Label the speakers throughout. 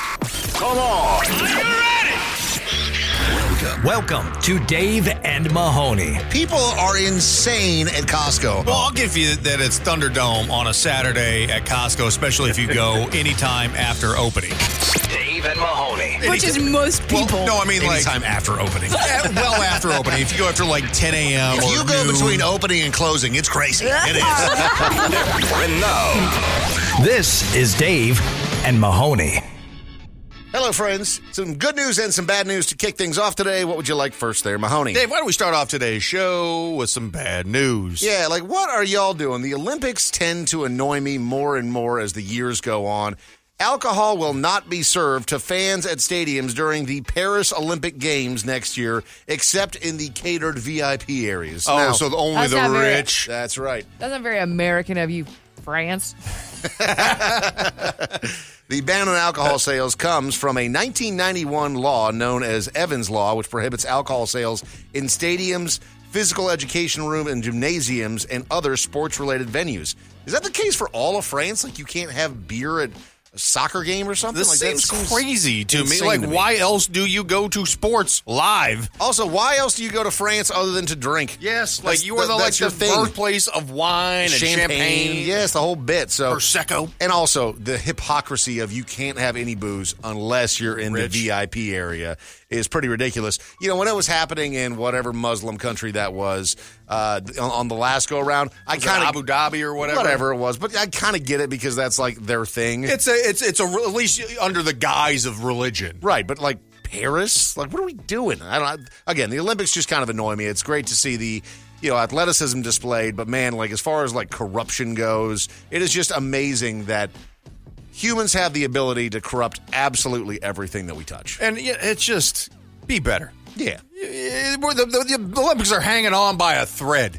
Speaker 1: Come on.
Speaker 2: Welcome to Dave and Mahoney.
Speaker 3: People are insane at Costco.
Speaker 4: Well, I'll give you that it's Thunderdome on a Saturday at Costco, especially if you go anytime after opening.
Speaker 2: Dave and Mahoney.
Speaker 5: Which is most people.
Speaker 4: Well, no, I mean like
Speaker 3: Anytime after opening.
Speaker 4: Yeah, well after opening. If you go after like 10 a.m.
Speaker 3: If
Speaker 4: or
Speaker 3: you go
Speaker 4: noon-
Speaker 3: between opening and closing, it's crazy. It is.
Speaker 1: And now,
Speaker 2: This is Dave and Mahoney.
Speaker 3: Hello, friends. Some good news and some bad news to kick things off today. What would you like first there, Mahoney?
Speaker 4: Dave, why don't we start off today's show with some bad news?
Speaker 3: Yeah, like what are y'all doing? The Olympics tend to annoy me more and more as the years go on. Alcohol will not be served to fans at stadiums during the Paris Olympic Games next year, except in the catered VIP areas.
Speaker 4: Oh,
Speaker 3: Now-
Speaker 4: so the- only
Speaker 5: That's
Speaker 4: the
Speaker 5: not very-
Speaker 4: rich.
Speaker 3: that's right.
Speaker 5: That's not very American of you, France.
Speaker 3: The ban on
Speaker 4: Uh,
Speaker 3: alcohol sales comes from a 1991 law known as Evans Law, which prohibits alcohol sales in stadiums, physical education room, and gymnasiums and other sports related venues. Is that the case for all of France? Like you can't have beer at a soccer game or something?
Speaker 4: This
Speaker 3: like that
Speaker 4: seems, crazy to me. Oh,
Speaker 3: insane
Speaker 4: Like,
Speaker 3: to me.
Speaker 4: why else do you go to sports live?
Speaker 3: Also, why else do you go to France other than to drink?
Speaker 4: Yes,
Speaker 3: That's-
Speaker 4: like you are the
Speaker 3: that's
Speaker 4: like
Speaker 3: your
Speaker 4: the
Speaker 3: thing.
Speaker 4: birthplace of wine and champagne.
Speaker 3: Yes, the whole bit. So
Speaker 4: Prosecco.
Speaker 3: And also the hypocrisy of you can't have any booze unless you're in
Speaker 4: Rich.
Speaker 3: the VIP area is pretty ridiculous. You know, when it was happening in whatever Muslim country that was uh, th- on, on the last go around, I
Speaker 4: Kind
Speaker 3: kind
Speaker 4: of
Speaker 3: of
Speaker 4: Abu Dhabi or whatever.
Speaker 3: whatever it was, but I kind of get it because that's like their thing,
Speaker 4: It's a it's it's a at least under the guise of religion.
Speaker 3: right? But like Paris, like what are we doing? I don't. I, again, the Olympics just kind of annoy me. It's great to see the. You know, athleticism displayed, but man, like as far as like corruption goes, it is just amazing that humans have the ability to corrupt absolutely everything that we touch.
Speaker 4: And yeah, it's just be better.
Speaker 3: Yeah.
Speaker 4: Eh, we're- The, the, the Olympics are hanging on by a thread.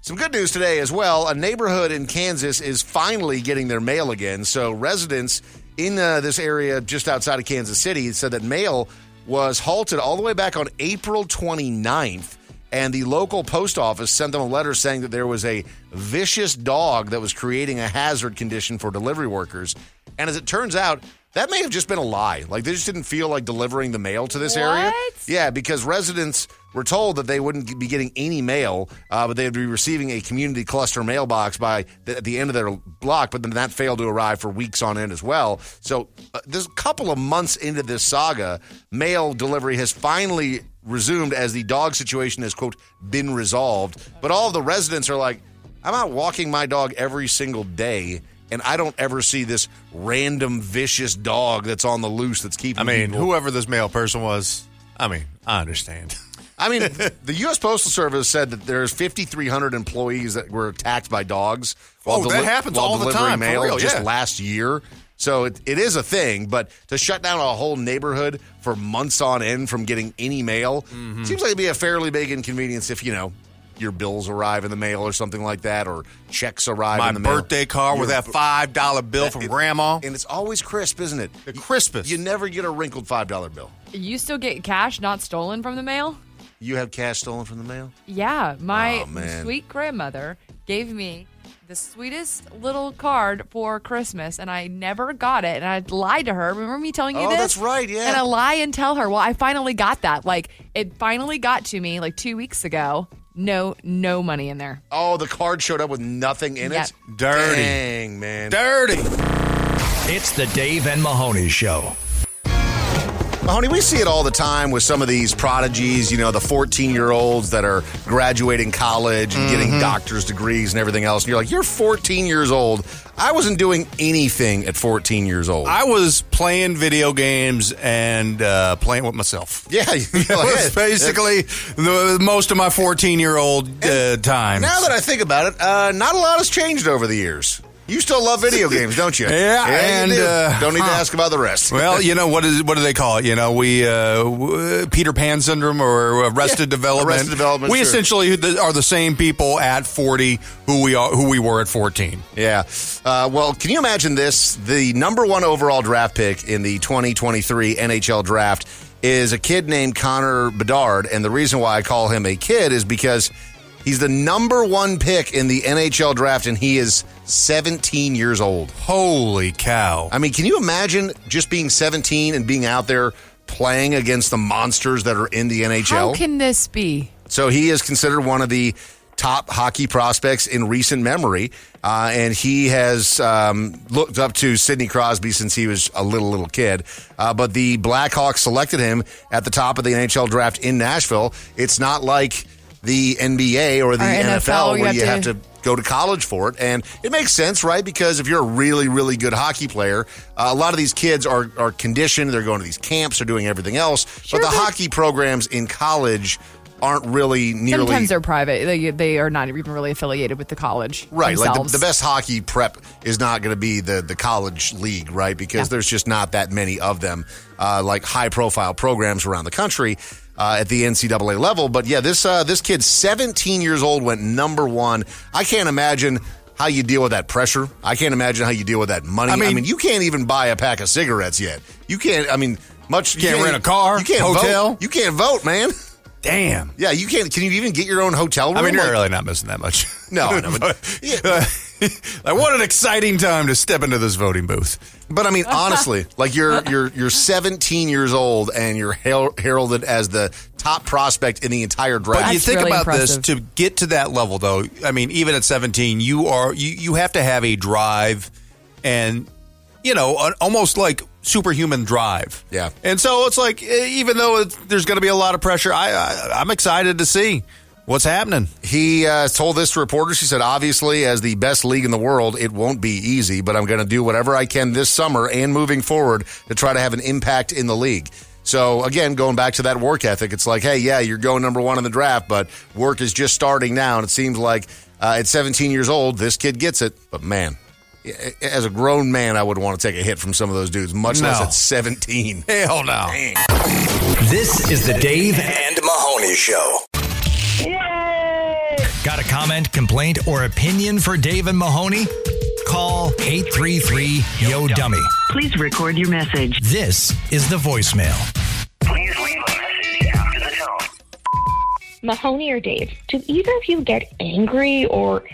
Speaker 3: Some good news today as well. A neighborhood in Kansas is finally getting their mail again. So residents in uh, this area just outside of Kansas City said that mail was halted all the way back on April 29th. And the local post office sent them a letter saying that there was a vicious dog that was creating a hazard condition for delivery workers. And as it turns out, that may have just been a lie. Like they just didn't feel like delivering the mail to this area.
Speaker 5: What?
Speaker 3: Yeah, because residents were told that they wouldn't be getting any mail, uh, but they'd be receiving a community cluster mailbox by the, at the end of their block. But then that failed to arrive for weeks on end as well. So uh, there's a couple of months into this saga, mail delivery has finally resumed as the dog situation has quote been resolved. But all the residents are like, I'm out walking my dog every single day. And I don't ever see this random vicious dog that's on the loose that's keeping.
Speaker 4: I mean,
Speaker 3: people-
Speaker 4: whoever this male person was, I mean, I understand.
Speaker 3: I mean, the U.S. Postal Service said that there's 5,300 employees that were attacked by dogs.
Speaker 4: Oh, that happens
Speaker 3: while
Speaker 4: all the
Speaker 3: delivering
Speaker 4: time, for
Speaker 3: Mail
Speaker 4: real,
Speaker 3: just
Speaker 4: yeah.
Speaker 3: last year, so it, it is a thing. But to shut down a whole neighborhood for months on end from getting any mail
Speaker 4: Mm-hmm.
Speaker 3: seems like it'd be a fairly big inconvenience if you know your bills arrive in the mail or something like that, or checks arrive
Speaker 4: My
Speaker 3: in the mail.
Speaker 4: birthday card with
Speaker 3: Your
Speaker 4: that five dollar bill from Grandma.
Speaker 3: and it's always crisp, isn't it?
Speaker 4: The
Speaker 3: You-
Speaker 4: crispest.
Speaker 3: You never get a wrinkled five dollar bill.
Speaker 5: You still get cash not stolen from the mail?
Speaker 3: You have cash stolen from the mail.
Speaker 5: Yeah, my
Speaker 3: Oh, man.
Speaker 5: sweet grandmother gave me the sweetest little card for Christmas, and I never got it. And I lied to her. Remember me telling you
Speaker 3: Oh,
Speaker 5: this?
Speaker 3: that's right, yeah.
Speaker 5: And I lie and tell her. Well, I finally got that. Like it finally got to me like two weeks ago. No, no money in there.
Speaker 3: Oh, the card showed up with nothing in
Speaker 5: Yep.
Speaker 3: it.
Speaker 4: Dirty.
Speaker 3: Dang, man.
Speaker 4: Dirty.
Speaker 2: It's the Dave and Mahoney Show.
Speaker 3: Mahoney, we see it all the time with some of these prodigies, you know, the 14 year olds that are graduating college and
Speaker 4: Mm-hmm.
Speaker 3: getting doctor's degrees and everything else. And you're like, you're 14 years old. I wasn't doing anything at 14 years old.
Speaker 4: I was playing video games and uh, playing with myself.
Speaker 3: yeah. you're
Speaker 4: That
Speaker 3: like,
Speaker 4: was
Speaker 3: "Hey,
Speaker 4: basically the, most of my 14 year old uh, time.
Speaker 3: Now that I think about it, uh, not a lot has changed over the years. You still love video games, don't you?
Speaker 4: Yeah,
Speaker 3: you
Speaker 4: and,
Speaker 3: do.
Speaker 4: uh,
Speaker 3: don't need to
Speaker 4: huh.
Speaker 3: ask about the rest.
Speaker 4: well, you know what is what do they call it? You know, we uh, w- Peter Pan syndrome or arrested development.
Speaker 3: Arrested Development,
Speaker 4: We
Speaker 3: sure.
Speaker 4: essentially th- are the same people at forty who we are who we were at fourteen.
Speaker 3: Yeah. Uh, well, can you imagine this? The number one overall draft pick in the 2023 NHL draft is a kid named Connor Bedard. And the reason why I call him a kid is because He's the number one pick in the NHL draft, and he is 17 years old.
Speaker 4: Holy cow.
Speaker 3: I mean, can you imagine just being 17 and being out there playing against the monsters that are in the NHL?
Speaker 5: How can this be?
Speaker 3: So he is considered one of the top hockey prospects in recent memory, uh, and he has um, looked up to Sidney Crosby since he was a little little kid. Uh, but the Blackhawks selected him at the top of the NHL draft in Nashville. It's not like the NBA or the
Speaker 5: Or
Speaker 3: NFL,
Speaker 5: NFL,
Speaker 3: where
Speaker 5: you have
Speaker 3: you have
Speaker 5: to-
Speaker 3: to go to college for it. And it makes sense, right? Because if you're a really, really good hockey player, uh, a lot of these kids are, are conditioned. They're going to these camps. They're doing everything else.
Speaker 5: Sure,
Speaker 3: but the
Speaker 5: but-
Speaker 3: hockey programs in college aren't really nearly
Speaker 5: Sometimes they're private. They, they are not even really affiliated with the college.
Speaker 3: right. Like the,
Speaker 5: Themselves.
Speaker 3: the best hockey prep is not going to be the the college league, right? Because there's just not that many of them, uh, like high profile programs around the country. Uh, at the NCAA level, but yeah, this uh, this kid, 17 years old, went number one. I can't imagine how you deal with that pressure. I can't imagine how you deal with that money. I
Speaker 4: I
Speaker 3: mean,
Speaker 4: mean-
Speaker 3: you can't even buy a pack of cigarettes yet. You can't. I mean, much. You
Speaker 4: Can't rent a car,
Speaker 3: You can't
Speaker 4: hotel.
Speaker 3: Vote. You can't vote, man.
Speaker 4: Damn.
Speaker 3: Yeah, you can't. Can you even get your own hotel room?
Speaker 4: I mean,
Speaker 3: Like-
Speaker 4: you're really not missing that much.
Speaker 3: No, no, but-
Speaker 4: like, what an exciting time to step into this voting booth.
Speaker 3: But I mean, honestly, like you're you're you're 17 years old and you're her- heralded as the top prospect in the entire draft.
Speaker 4: But you
Speaker 5: That's
Speaker 4: think
Speaker 5: really
Speaker 4: about
Speaker 5: impressive.
Speaker 4: this to get to that level, though. I mean, even at 17, you are you you have to have a drive, and you know, an, almost like superhuman drive.
Speaker 3: Yeah.
Speaker 4: And so it's like, eh, even though it's, there's going to be a lot of pressure, I, I I'm excited to see what's happening.
Speaker 3: he uh, told this to reporters. He said, "Obviously, as the best league in the world, it won't be easy, but I'm going to do whatever I can this summer and moving forward to try to have an impact in the league." So again, going back to that work ethic, it's like, hey, yeah, you're going number one in the draft, but work is just starting now, and it seems like uh, at 17 years old, this kid gets it. But man. As a grown man, I would want to take a hit from some of those dudes, much less
Speaker 4: No.
Speaker 3: at 17.
Speaker 4: Hell no.
Speaker 2: This is the Dave.
Speaker 6: And Mahoney Show.
Speaker 2: Got a comment, complaint, or opinion for Dave and Mahoney? Call 833 Yo Dummy.
Speaker 7: Please record your message.
Speaker 2: This is the voicemail.
Speaker 8: Please leave a message after the tone.
Speaker 9: Mahoney or Dave, do either of you get angry or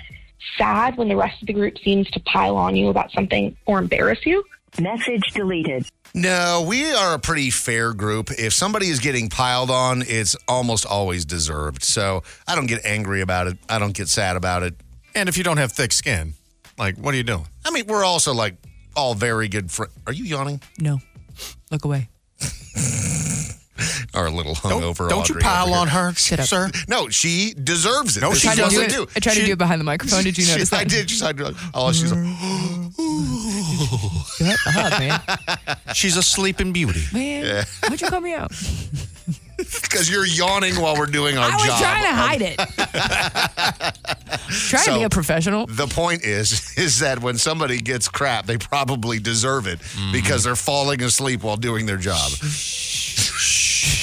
Speaker 9: sad when the rest of the group seems to pile on you about something or embarrass you?
Speaker 7: Message deleted.
Speaker 3: No, we are a pretty fair group. If somebody is getting piled on, it's almost always deserved. So I don't get angry about it. I don't get sad about it.
Speaker 4: And if you don't have thick skin, like, what are you doing?
Speaker 3: I mean, we're also like all very good friends. Are you yawning?
Speaker 5: no. Look away.
Speaker 3: Or a little
Speaker 4: Don't,
Speaker 3: hungover?
Speaker 4: don't you
Speaker 3: Audrey
Speaker 4: pile
Speaker 3: over
Speaker 4: on
Speaker 3: here.
Speaker 4: her,
Speaker 5: Shut up.
Speaker 4: sir?
Speaker 3: No, she deserves it.
Speaker 4: No,
Speaker 3: This
Speaker 4: she
Speaker 3: is
Speaker 5: I tried, to do,
Speaker 3: what
Speaker 5: it,
Speaker 3: they
Speaker 5: I tried to do it behind the microphone. Did you
Speaker 3: She-
Speaker 5: notice that?
Speaker 3: I did. She's like, oh, she's like,
Speaker 5: Shut up, man.
Speaker 4: She's a sleeping beauty.
Speaker 5: Man, why'd you call me out?
Speaker 3: because you're yawning while we're doing our
Speaker 5: I was
Speaker 3: job.
Speaker 5: trying to hide it. trying to
Speaker 3: So-
Speaker 5: be a professional.
Speaker 3: the point is, is that when somebody gets crap, they probably deserve it because they're falling asleep while doing their job.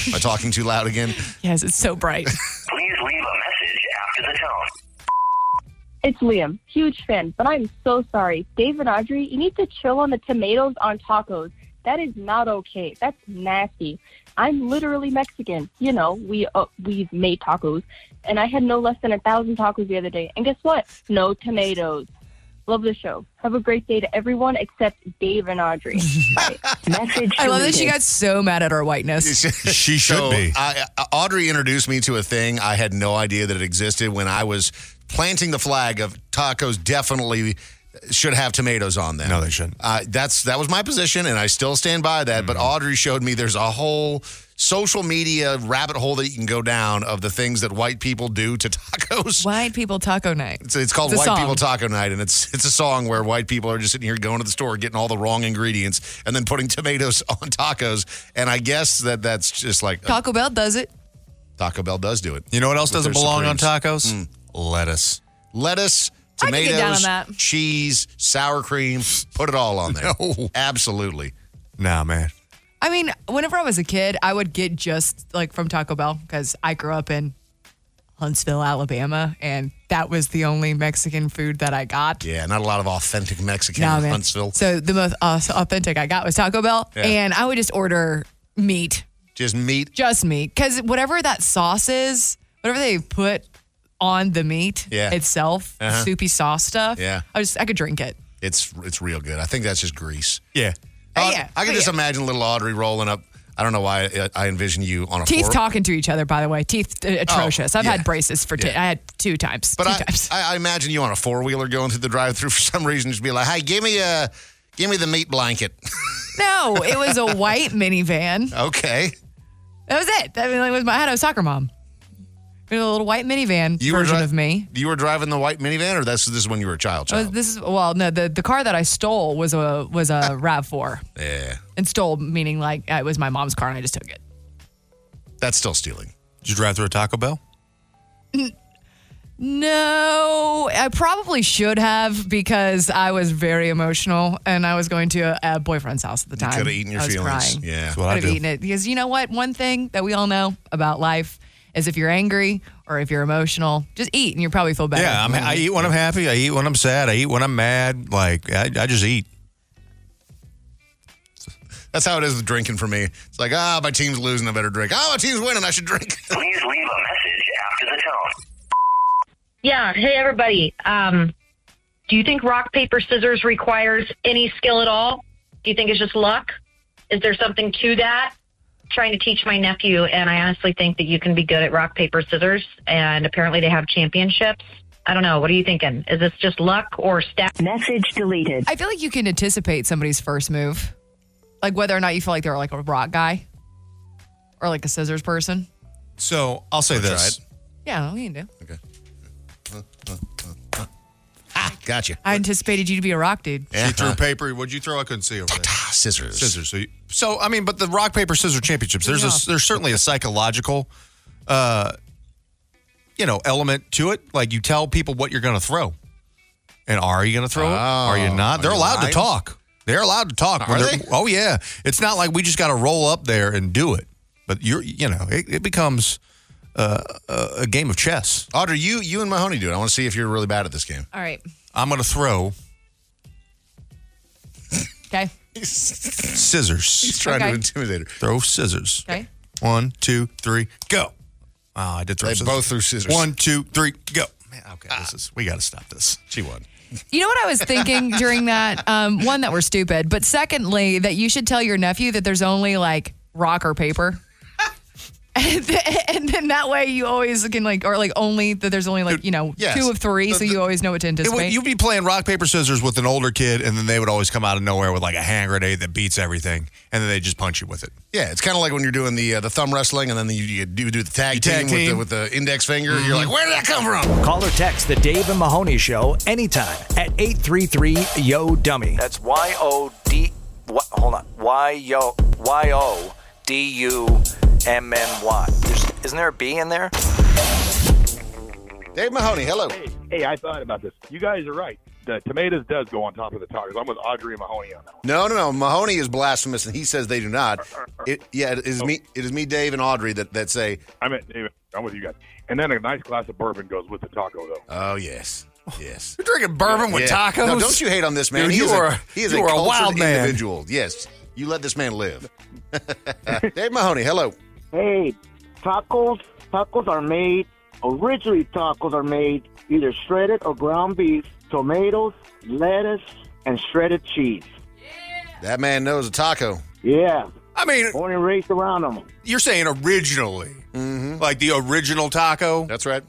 Speaker 3: Am I talking too loud again?
Speaker 5: Yes, it's so bright.
Speaker 8: Please leave a message after the tone.
Speaker 10: It's Liam, huge fan, but I'm so sorry. Dave and Audrey, you need to chill on the tomatoes on tacos. That is not okay. That's nasty. I'm literally Mexican. You know, we uh, we made tacos, and I had no less than a thousand tacos the other day. And guess what? No tomatoes. Love the show. Have a great day to everyone except Dave and Audrey. Bye.
Speaker 7: Message deleted.
Speaker 5: I love that she got so mad at our whiteness.
Speaker 4: She should
Speaker 3: so
Speaker 4: be.
Speaker 3: I, I- Audrey introduced me to a thing I had no idea that it existed when I was planting the flag of tacos definitely should have tomatoes on them.
Speaker 4: No, they shouldn't. Mm-hmm.
Speaker 3: Uh, that's that was my position, and I still stand by that. But Audrey showed me there's a whole social media rabbit hole that you can go down of the things that white people do to tacos.
Speaker 5: White people taco night.
Speaker 3: It's, it's called
Speaker 5: It's a
Speaker 3: White
Speaker 5: song.
Speaker 3: People Taco Night, and it's it's a song where white people are just sitting here going to the store, getting all the wrong ingredients, and then putting tomatoes on tacos. And I guess that that's just like uh,
Speaker 5: Taco Bell does it.
Speaker 3: Taco Bell does do it.
Speaker 4: You know what else
Speaker 3: With
Speaker 4: doesn't
Speaker 3: their
Speaker 4: belong on
Speaker 3: Supremes.
Speaker 4: tacos? Lettuce.
Speaker 3: Lettuce,
Speaker 5: I can get down on
Speaker 3: tomatoes,
Speaker 5: that.
Speaker 3: cheese, sour cream, put it all on there. Absolutely.
Speaker 4: Nah, man.
Speaker 5: I mean, whenever I was a kid, I would get just like from Taco Bell because I grew up in Huntsville, Alabama, and that was the only Mexican food that I got.
Speaker 3: Yeah, not a lot of authentic Mexican
Speaker 5: Nah,
Speaker 3: in
Speaker 5: man.
Speaker 3: Huntsville.
Speaker 5: So the most au- authentic I got was Taco Bell,
Speaker 3: Yeah.
Speaker 5: and I would just order meat,
Speaker 3: Just meat.
Speaker 5: just meat, because whatever that sauce is, whatever they put on the meat
Speaker 3: Yeah.
Speaker 5: itself,
Speaker 3: Uh-huh.
Speaker 5: soupy sauce stuff.
Speaker 3: Yeah.
Speaker 5: I just I could drink it.
Speaker 3: It's it's real good. I think that's just grease.
Speaker 4: Yeah.
Speaker 5: Oh,
Speaker 3: Aud-
Speaker 5: yeah.
Speaker 3: I can
Speaker 5: Oh,
Speaker 3: just
Speaker 5: yeah.
Speaker 3: imagine little Audrey rolling up. I don't know why I, I envision you on a
Speaker 5: Teeth
Speaker 3: floor.
Speaker 5: talking to each other, by the way. Teeth uh, atrocious. I've
Speaker 3: Oh, yeah.
Speaker 5: had braces for teeth.
Speaker 3: Yeah.
Speaker 5: I had two times.
Speaker 3: But
Speaker 5: two
Speaker 3: I,
Speaker 5: times.
Speaker 3: I, I imagine you on a four wheeler going through the drive through for some reason. Just be like, "Hey, give me a, give me the meat blanket."
Speaker 5: no, it was a white minivan.
Speaker 3: okay,
Speaker 5: That was it. That was- was my, I had a soccer mom. It was a little white minivan
Speaker 3: you
Speaker 5: version
Speaker 3: dri-
Speaker 5: of me.
Speaker 3: You were driving the white minivan, or this this is when you were a child.
Speaker 5: Oh,
Speaker 3: child?
Speaker 5: this is well, no, the, the car that I stole was a was a Rav Four,
Speaker 3: yeah,
Speaker 5: and stole meaning like it was my mom's car and I just took it.
Speaker 3: that's still stealing.
Speaker 4: Did you drive through a Taco Bell?
Speaker 5: No, I probably should have because I was very emotional and I was going to a, a boyfriend's house at the time.
Speaker 3: Could have eaten your
Speaker 5: I was
Speaker 3: feelings.
Speaker 5: Crying.
Speaker 3: Yeah,
Speaker 4: That's what I
Speaker 5: Could
Speaker 4: do.
Speaker 5: have eaten it because you know what? One thing that we all know about life is if you're angry or if you're emotional, just eat and you probably feel better.
Speaker 4: Yeah, I'm, I eat when I'm happy. I eat when I'm sad. I eat when I'm mad. Like I, I just eat.
Speaker 3: that's how it is with drinking for me. It's like, ah, my team's losing, I better drink. Ah, my team's winning, I should drink.
Speaker 11: Please leave a message after the tone.
Speaker 7: Yeah. Hey, everybody. Um, do you think rock, paper, scissors requires any skill at all? Do you think it's just luck? Is there something to that? Trying to teach my nephew, and I honestly think that you can be good at rock, paper, scissors, and apparently they have championships. I don't know. What are you thinking? Is this just luck or stat?
Speaker 12: Message deleted.
Speaker 5: I feel like you can anticipate somebody's first move, like whether or not you feel like they're like a rock guy or like a scissors person.
Speaker 4: So I'll say
Speaker 3: Wanna try
Speaker 4: this:
Speaker 3: it?
Speaker 5: Yeah, we can do.
Speaker 3: ah, gotcha.
Speaker 5: I anticipated you to be a rock dude.
Speaker 4: she threw paper. What'd you throw? I couldn't see over there.
Speaker 3: Ah, scissors.
Speaker 4: Scissors. So, you, so I mean, but the rock paper scissors championships. There's a, there's certainly a psychological, uh, you know, element to it. Like you tell people what you're going to throw, and are you going to throw it? Are you not? They're
Speaker 3: Oh, you
Speaker 4: allowed
Speaker 3: lying?
Speaker 4: to talk. They're allowed to talk. when
Speaker 3: Are
Speaker 4: they're-
Speaker 3: they?
Speaker 4: Oh yeah. It's not like we just got to roll up there and do it. But you're, you know, it, it becomes uh, a, a game of chess.
Speaker 3: Audrey, you you and Mahoney do it. I want to see if you're really bad at this game.
Speaker 5: All right.
Speaker 4: I'm going to throw
Speaker 5: Okay.
Speaker 3: He's
Speaker 4: scissors.
Speaker 3: trying to
Speaker 5: Okay.
Speaker 3: intimidate her.
Speaker 4: Throw scissors.
Speaker 5: Okay.
Speaker 4: One, two, three, go. Wow, I did throw
Speaker 3: They
Speaker 4: scissors.
Speaker 3: both threw scissors.
Speaker 4: One, two, three, go. Man, okay, this is we got to stop this.
Speaker 3: She won.
Speaker 5: You know what I was thinking during that? Um, one, that we're stupid, but secondly, that you should tell your nephew that there's only like rock or paper. and, th- and then that way you always can like, or like only that there's only like, you know,
Speaker 3: Yes.
Speaker 5: two of three,
Speaker 3: The-
Speaker 5: so you
Speaker 3: the-
Speaker 5: always know what to
Speaker 4: It
Speaker 5: anticipate.
Speaker 4: would, you'd be playing rock paper scissors with an older kid, and then they would always come out of nowhere with like a hand grenade that beats everything, and then they just punch you with it.
Speaker 3: Yeah, it's kind of like when you're doing the uh, the thumb wrestling, and then you, you do do the tag,
Speaker 4: tag
Speaker 3: team,
Speaker 4: team. Mm-hmm.
Speaker 3: With, the, with the index finger. You're like, where did that come from?
Speaker 2: Call or text the Dave and Mahoney Show anytime at 833 Yo Dummy. That's Y O D. wha- Hold on. Y Yo. Y O D U M M Y. There's- Isn't there a B in there?
Speaker 3: Dave Mahoney, hello.
Speaker 13: Hey, I thought about this. You guys are right. The tomatoes does go on top of the tacos. I'm with Audrey and Mahoney on that one.
Speaker 3: No, no, no. Mahoney is blasphemous, and he says they do not. It, yeah, it is me. It is me, Dave, and Audrey that, that say,
Speaker 13: I'm, at, I'm with you guys. And then a nice glass of bourbon goes with the taco, though.
Speaker 3: "Oh yes, yes."
Speaker 4: You're drinking bourbon with
Speaker 3: Yeah.
Speaker 4: tacos?
Speaker 3: No, don't you hate on this man?
Speaker 4: Dude,
Speaker 3: He
Speaker 4: you
Speaker 3: is
Speaker 4: are
Speaker 3: a, he is
Speaker 4: you
Speaker 3: a
Speaker 4: are
Speaker 3: cultured
Speaker 4: a wild man.
Speaker 3: individual. Yes, you let this man live. Dave Mahoney, hello.
Speaker 13: Hey, tacos. Tacos are made. Originally, tacos are made either shredded or ground beef, tomatoes, lettuce, and shredded cheese.
Speaker 3: That man knows a taco.
Speaker 13: Yeah,
Speaker 4: I mean,
Speaker 13: born and raised around them.
Speaker 4: you're saying originally, like the original taco.
Speaker 3: That's right.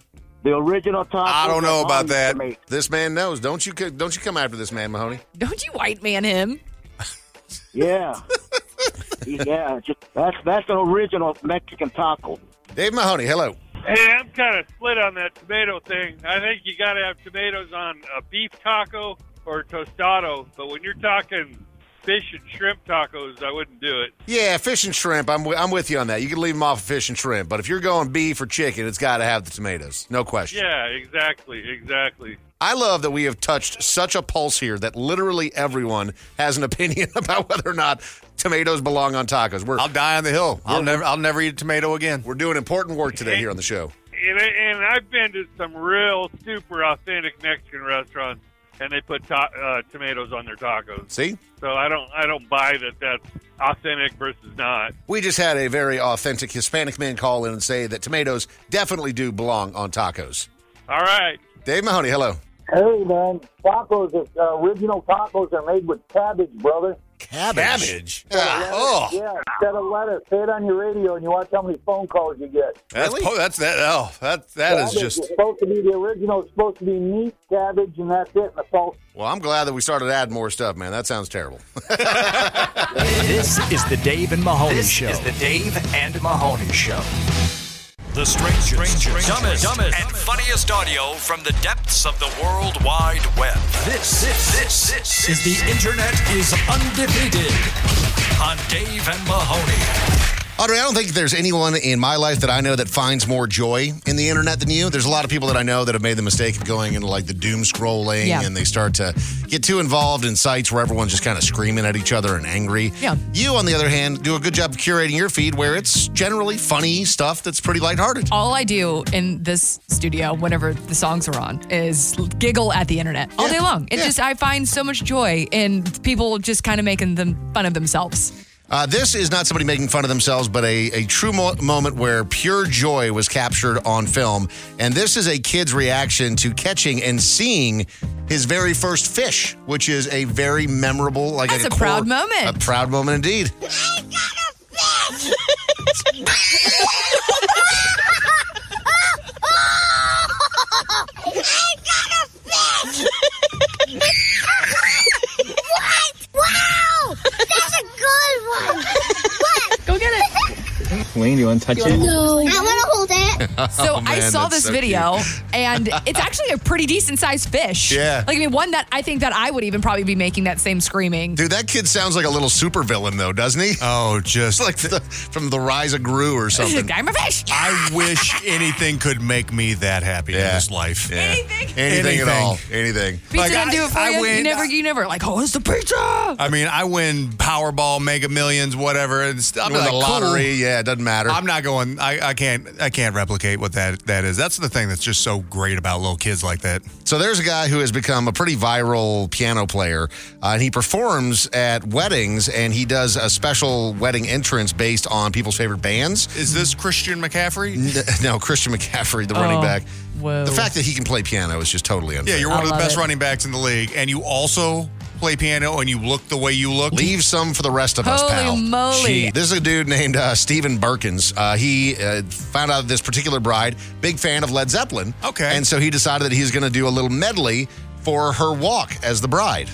Speaker 13: The original tacos.
Speaker 4: I don't know
Speaker 13: my mom
Speaker 4: about
Speaker 13: used to
Speaker 4: that.
Speaker 13: make.
Speaker 3: This man knows. Don't you c- don't you come after this man, Mahoney?
Speaker 5: Don't you white man him.
Speaker 13: Yeah. yeah, just, that's that's an original Mexican taco.
Speaker 3: Dave Mahoney, hello.
Speaker 13: Hey, I'm kind of split on that tomato thing. I think you got to have tomatoes on a beef taco or a tostado, but when you're talking fish and shrimp tacos, I wouldn't do it.
Speaker 3: Yeah, fish and shrimp. I'm wi- I'm with you on that. You can leave them off of fish and shrimp, but if you're going beef or chicken, it's got to have the tomatoes. No question.
Speaker 13: Yeah, exactly, exactly.
Speaker 3: I love that we have touched such a pulse here that literally everyone has an opinion about whether or not tomatoes belong on tacos. We're
Speaker 4: I'll die on the hill. I'll never. I'll never eat a tomato again.
Speaker 3: we're doing important work today here on the show.
Speaker 13: And, I- and I've been to some real super authentic Mexican restaurants, and they put ta- uh, tomatoes on their tacos.
Speaker 3: See?
Speaker 13: So I don't, I don't buy that that's authentic versus not.
Speaker 3: We just had a very authentic Hispanic man call in and say that tomatoes definitely do belong on tacos.
Speaker 14: All right.
Speaker 3: Dave Mahoney, hello.
Speaker 13: Hey man, tacos. Uh, original tacos are made with cabbage, brother.
Speaker 3: Cabbage.
Speaker 4: Ah,
Speaker 13: Oh. Yeah, instead of lettuce, say it on your radio, and you watch how many phone calls you get.
Speaker 2: That's po- that's that. Oh, that that is
Speaker 13: Cabbage
Speaker 2: just.
Speaker 13: supposed to be the original. It's supposed to be meat, cabbage, and that's it. And the false.
Speaker 3: Well, I'm glad that we started adding more stuff, man. That sounds terrible.
Speaker 15: This is the Dave and Mahoney
Speaker 3: This
Speaker 15: Show.
Speaker 3: is the
Speaker 15: Dave and Mahoney Show.
Speaker 16: The strangest, strangest,
Speaker 15: dumbest,
Speaker 16: dumbest, dumbest,
Speaker 15: and funniest audio from the depths of the World Wide Web. This, this, this, this is the Internet is undefeated on Dave and Mahoney.
Speaker 3: Audrey, I don't think there's anyone in my life that I know that finds more joy in the internet than you. There's a lot of people that I know that have made the mistake of going into like the doom scrolling
Speaker 5: Yeah.
Speaker 3: and they start to get too involved in sites where everyone's just kind of screaming at each other and angry.
Speaker 5: Yeah.
Speaker 3: You, on the other hand, do a good job of curating your feed where it's generally funny stuff that's pretty lighthearted.
Speaker 5: All I do in this studio, whenever the songs are on, is giggle at the internet all day long. It just I find so much joy in people just kind of making them fun of themselves.
Speaker 3: Uh, this is not somebody making fun of themselves, but a, a true mo- moment where pure joy was captured on film. And this is a kid's reaction to catching and seeing his very first fish, which is a very memorable, like
Speaker 5: That's a proud moment.
Speaker 3: A proud moment indeed.
Speaker 5: Go get it.
Speaker 17: Wayne, you want to touch it?
Speaker 5: No, I want to hold
Speaker 17: it.
Speaker 5: So
Speaker 17: Oh,
Speaker 5: I
Speaker 17: man,
Speaker 5: saw
Speaker 17: that's
Speaker 5: this
Speaker 17: so
Speaker 5: video, and it's actually a pretty decent sized fish.
Speaker 3: Yeah.
Speaker 5: like I mean, one that I think that I would even probably be making that same screaming.
Speaker 3: Dude, that kid sounds like a little supervillain, though, doesn't he?
Speaker 2: Oh, just
Speaker 3: like the, from the Rise of Gru or something.
Speaker 5: I'm a fish.
Speaker 2: I wish anything could make me that happy in this life.
Speaker 5: Anything.
Speaker 3: Anything at all. Anything.
Speaker 5: Pizza
Speaker 2: Like,
Speaker 5: didn't
Speaker 2: I-
Speaker 5: do it for
Speaker 2: I
Speaker 5: you. you
Speaker 2: win-
Speaker 5: never, you never like, oh, it's the pizza.
Speaker 2: I mean, I win Powerball, Mega Millions, whatever. And st- I'm
Speaker 3: You win
Speaker 2: like,
Speaker 3: the lottery,
Speaker 2: cool.
Speaker 3: yeah, it doesn't matter.
Speaker 2: I'm not going. I, I can't. I can't replicate what that that is. That's the thing that's just so great about little kids like that.
Speaker 3: So there's a guy who has become a pretty viral piano player, uh, and he performs at weddings, and he does a special wedding entrance based on people's favorite bands.
Speaker 2: Is this Christian McCaffrey?
Speaker 3: No, Christian McCaffrey, the
Speaker 2: Oh,
Speaker 3: running back.
Speaker 5: Whoa.
Speaker 3: The fact that he can play piano is just totally unfair.
Speaker 2: Yeah, you're one of the best running backs in the
Speaker 3: Mm-hmm.
Speaker 2: league, and you also play piano, and you look the way you look.
Speaker 3: Leave some for the rest of us,
Speaker 2: Holy
Speaker 3: pal.
Speaker 2: moly.
Speaker 3: Gee, this is a dude named uh, Stephen Birkins. Uh, he uh, found out this particular bride, big fan of Led Zeppelin. Okay. And so he decided that he's going to do a little medley for her walk as the bride.